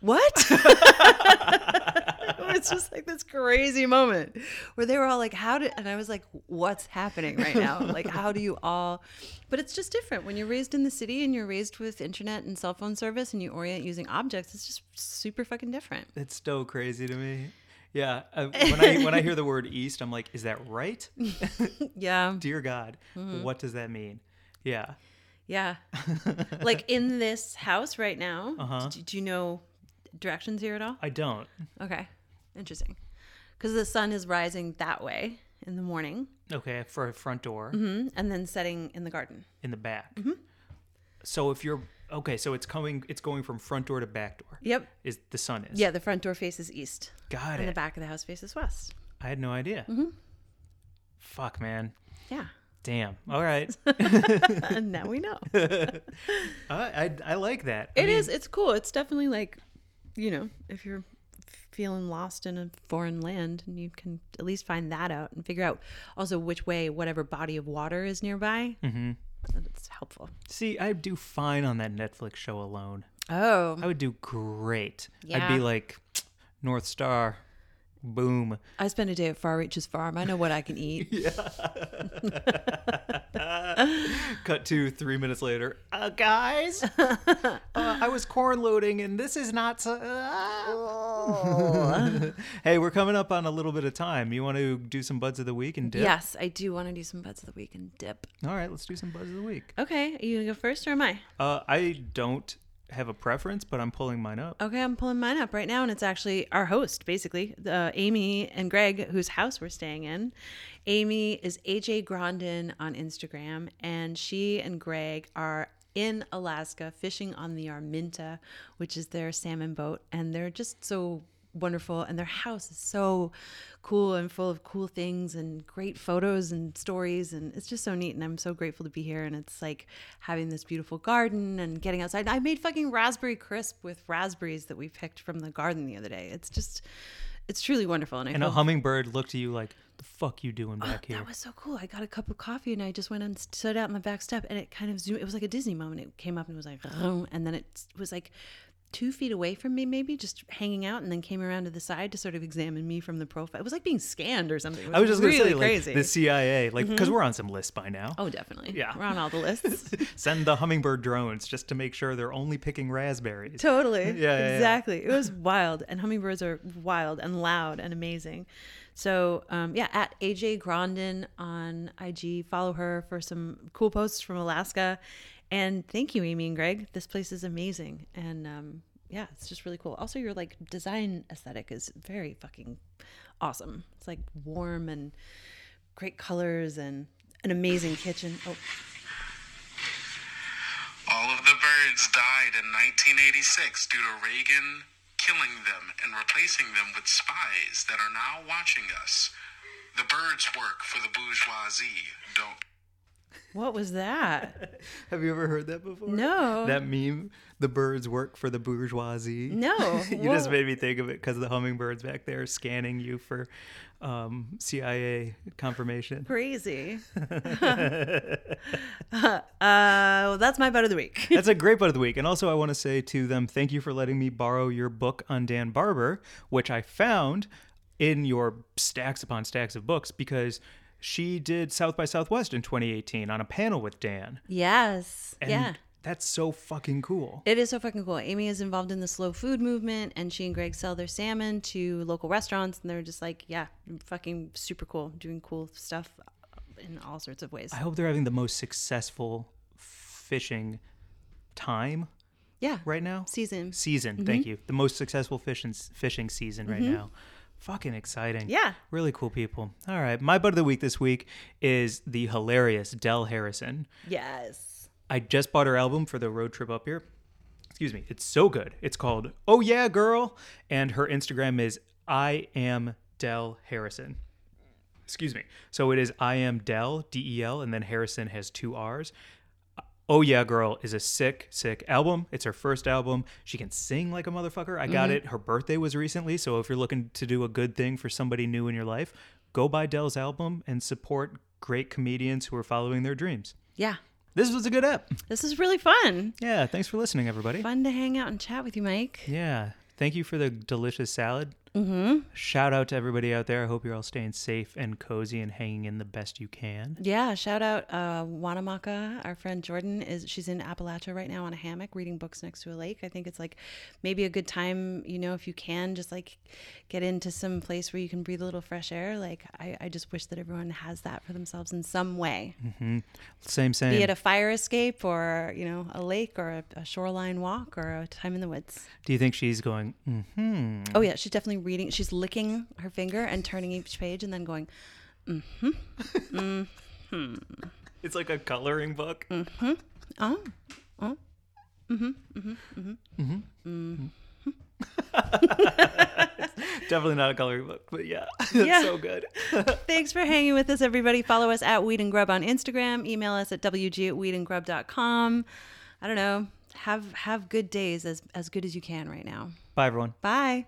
[SPEAKER 1] what? it was just like this crazy moment where they were all like, "How did?" And I was like, "What's happening right now? Like, how do you all?" But it's just different when you're raised in the city and you're raised with internet and cell phone service and you orient using objects. It's just super fucking different.
[SPEAKER 2] It's so crazy to me. Yeah, uh, when I when I hear the word east, I'm like, is that right?
[SPEAKER 1] Yeah,
[SPEAKER 2] Dear God,
[SPEAKER 1] Mm-hmm.
[SPEAKER 2] what does that mean? Yeah.
[SPEAKER 1] yeah. like in this house right now, do, do you know directions here at all?
[SPEAKER 2] I don't.
[SPEAKER 1] Okay, interesting. Because the sun is rising that way in the morning
[SPEAKER 2] Okay, for a front door
[SPEAKER 1] mm, and then setting in the garden.
[SPEAKER 2] in the back.
[SPEAKER 1] Mm-hmm.
[SPEAKER 2] So if you're okay, so it's coming, it's going from front door to back door.
[SPEAKER 1] Yep.
[SPEAKER 2] Is the sun is?
[SPEAKER 1] Yeah, the front door faces east.
[SPEAKER 2] Got
[SPEAKER 1] And the
[SPEAKER 2] it.
[SPEAKER 1] back Mm-hmm. of the house faces west.
[SPEAKER 2] I had no idea. Fuck, man.
[SPEAKER 1] Yeah.
[SPEAKER 2] Damn. All right.
[SPEAKER 1] And now we know.
[SPEAKER 2] I, I I like that. I
[SPEAKER 1] It
[SPEAKER 2] mean,
[SPEAKER 1] is. It's cool. It's definitely like, you know, if you're feeling lost in a foreign land and you can at least find that out and figure out also which way whatever body of water is nearby. Mm-hmm. It's helpful.
[SPEAKER 2] See, I'd do fine on that Netflix show alone.
[SPEAKER 1] Oh.
[SPEAKER 2] I would do great. I'd
[SPEAKER 1] Yeah.
[SPEAKER 2] be like North Star. Boom.
[SPEAKER 1] I spent a day at Far Reaches Farm. I know what I can eat.
[SPEAKER 2] Cut to three minutes later. Uh, guys, uh, I was corn loading, and this is not. so- uh,
[SPEAKER 1] Cool.
[SPEAKER 2] Hey, we're coming up on a little bit of time. You want to do some buds of the week and dip?
[SPEAKER 1] yes, I do want to do some butts of the week and dip.
[SPEAKER 2] All right, let's do some buds of the week.
[SPEAKER 1] Okay, are you gonna go first or am I?
[SPEAKER 2] Uh, I don't have a preference, but I'm pulling mine up.
[SPEAKER 1] Okay, I'm pulling mine up right now, and it's actually our host, basically, uh, Amy and Greg, whose house we're staying in. Amy is AJ Grondin on Instagram, and she and Greg are in Alaska fishing on the Arminta, which is their salmon boat, and they're just so wonderful and their house is so cool and full of cool things and great photos and stories and it's just so neat and I'm so grateful to be here and it's like having this beautiful garden and getting outside. I made fucking raspberry crisp with raspberries that we picked from the garden the other day. It's just it's truly wonderful and I
[SPEAKER 2] And
[SPEAKER 1] feel
[SPEAKER 2] a hummingbird looked at you like, "The fuck you doing back here?"
[SPEAKER 1] Oh, that was so cool. I got a cup of coffee and I just went and stood out on the back step and it kind of zoomed. It was like a Disney moment. It came up and was like, "Vroom," and then it was like two feet away from me, maybe just hanging out, and then came around to the side to sort of examine me from the profile. It was like being scanned or something. It
[SPEAKER 2] I was just
[SPEAKER 1] really
[SPEAKER 2] gonna say,
[SPEAKER 1] crazy. Mm-hmm.
[SPEAKER 2] like the CIA, like because we're on some lists by now.
[SPEAKER 1] oh, definitely.
[SPEAKER 2] Yeah.
[SPEAKER 1] we're on all the lists.
[SPEAKER 2] Send the hummingbird drones just to make sure they're only picking raspberries.
[SPEAKER 1] totally.
[SPEAKER 2] yeah, yeah.
[SPEAKER 1] exactly. It was wild, and hummingbirds are wild and loud and amazing. So um, yeah, at AJ Grondin on IG, follow her for some cool posts from Alaska. And thank you, Amy and Greg. This place is amazing, and um, yeah, it's just really cool. Also, your like design aesthetic is very fucking awesome. It's like warm and great colors and an amazing kitchen. Oh.
[SPEAKER 4] All of the birds died in 1986 due to Reagan killing them and replacing them with spies that are now watching us. The birds work for the bourgeoisie, don't
[SPEAKER 1] What was that?
[SPEAKER 2] Have you ever heard that before?
[SPEAKER 1] No.
[SPEAKER 2] That meme, the birds work for the bourgeoisie.
[SPEAKER 1] No.
[SPEAKER 2] you just made me think of it because the hummingbirds back there scanning you for um, CIA confirmation.
[SPEAKER 1] crazy. uh, well, that's my butt of the week.
[SPEAKER 2] That's a great butt of the week. And also, I want to say to them, thank you for letting me borrow your book on Dan Barber, which I found in your stacks upon stacks of books because she did South by Southwest in 2018 on a panel with Dan.
[SPEAKER 1] Yes.
[SPEAKER 2] And
[SPEAKER 1] yeah.
[SPEAKER 2] that's so fucking cool.
[SPEAKER 1] It is so fucking cool. Amy is involved in the slow food movement, and she and Greg sell their salmon to local restaurants, and they're just like, yeah, fucking super cool, doing cool stuff in all sorts of ways.
[SPEAKER 2] I hope they're having the most successful fishing time
[SPEAKER 1] yeah.
[SPEAKER 2] right now.
[SPEAKER 1] Season. Mm-hmm.
[SPEAKER 2] Season. Thank you. The most successful fishing fishing season right now. Fucking exciting.
[SPEAKER 1] Yeah.
[SPEAKER 2] Really cool people. All right. My butt of the week this week is the hilarious Dell Harrison.
[SPEAKER 1] Yes.
[SPEAKER 2] I just bought her album for the road trip up here. Excuse me. It's so good. It's called Oh Yeah Girl. And her Instagram is I am Dell Harrison. Excuse me. So it is I am Dell, D E L, and then Harrison has two R's. Oh Yeah Girl is a sick, sick album. It's her first album. She can sing like a motherfucker. I got it. Her birthday was recently. So if you're looking to do a good thing for somebody new in your life, go buy Dell's album and support great comedians who are following their dreams.
[SPEAKER 1] Yeah.
[SPEAKER 2] This was a good app.
[SPEAKER 1] This is really fun.
[SPEAKER 2] Yeah, thanks for listening, everybody.
[SPEAKER 1] Fun to hang out and chat with you, Mike.
[SPEAKER 2] Yeah, thank you for the delicious salad. Mm-hmm. Shout out to everybody out there. I hope you're all staying safe and cozy and hanging in the best you can.
[SPEAKER 1] Yeah, shout out uh, Wanamaka. Our friend Jordan is she's in Appalachia right now on a hammock reading books next to a lake. I think it's like maybe a good time, you know, if you can just like get into some place where you can breathe a little fresh air. Like I, I just wish that everyone has that for themselves in some way,
[SPEAKER 2] Same, same.
[SPEAKER 1] be it a fire escape or you know a lake or a, a shoreline walk or a time in the woods.
[SPEAKER 2] Do you think she's going? Mm.
[SPEAKER 1] Oh yeah, she's definitely reading. She's licking her finger and turning each page and then going.
[SPEAKER 2] It's like a coloring book.
[SPEAKER 1] Mm-hmm. Oh. Mm-hmm.
[SPEAKER 2] Mm-hmm. Mm-hmm. Definitely not a coloring book, but yeah, that's
[SPEAKER 1] Yeah.
[SPEAKER 2] so good.
[SPEAKER 1] Thanks for hanging with us, everybody. Follow us at Weed and Grub on Instagram. Email us at wg at weedandgrub.com. I don't know. Have have good days as as good as you can right now.
[SPEAKER 2] Bye, everyone.
[SPEAKER 1] Bye.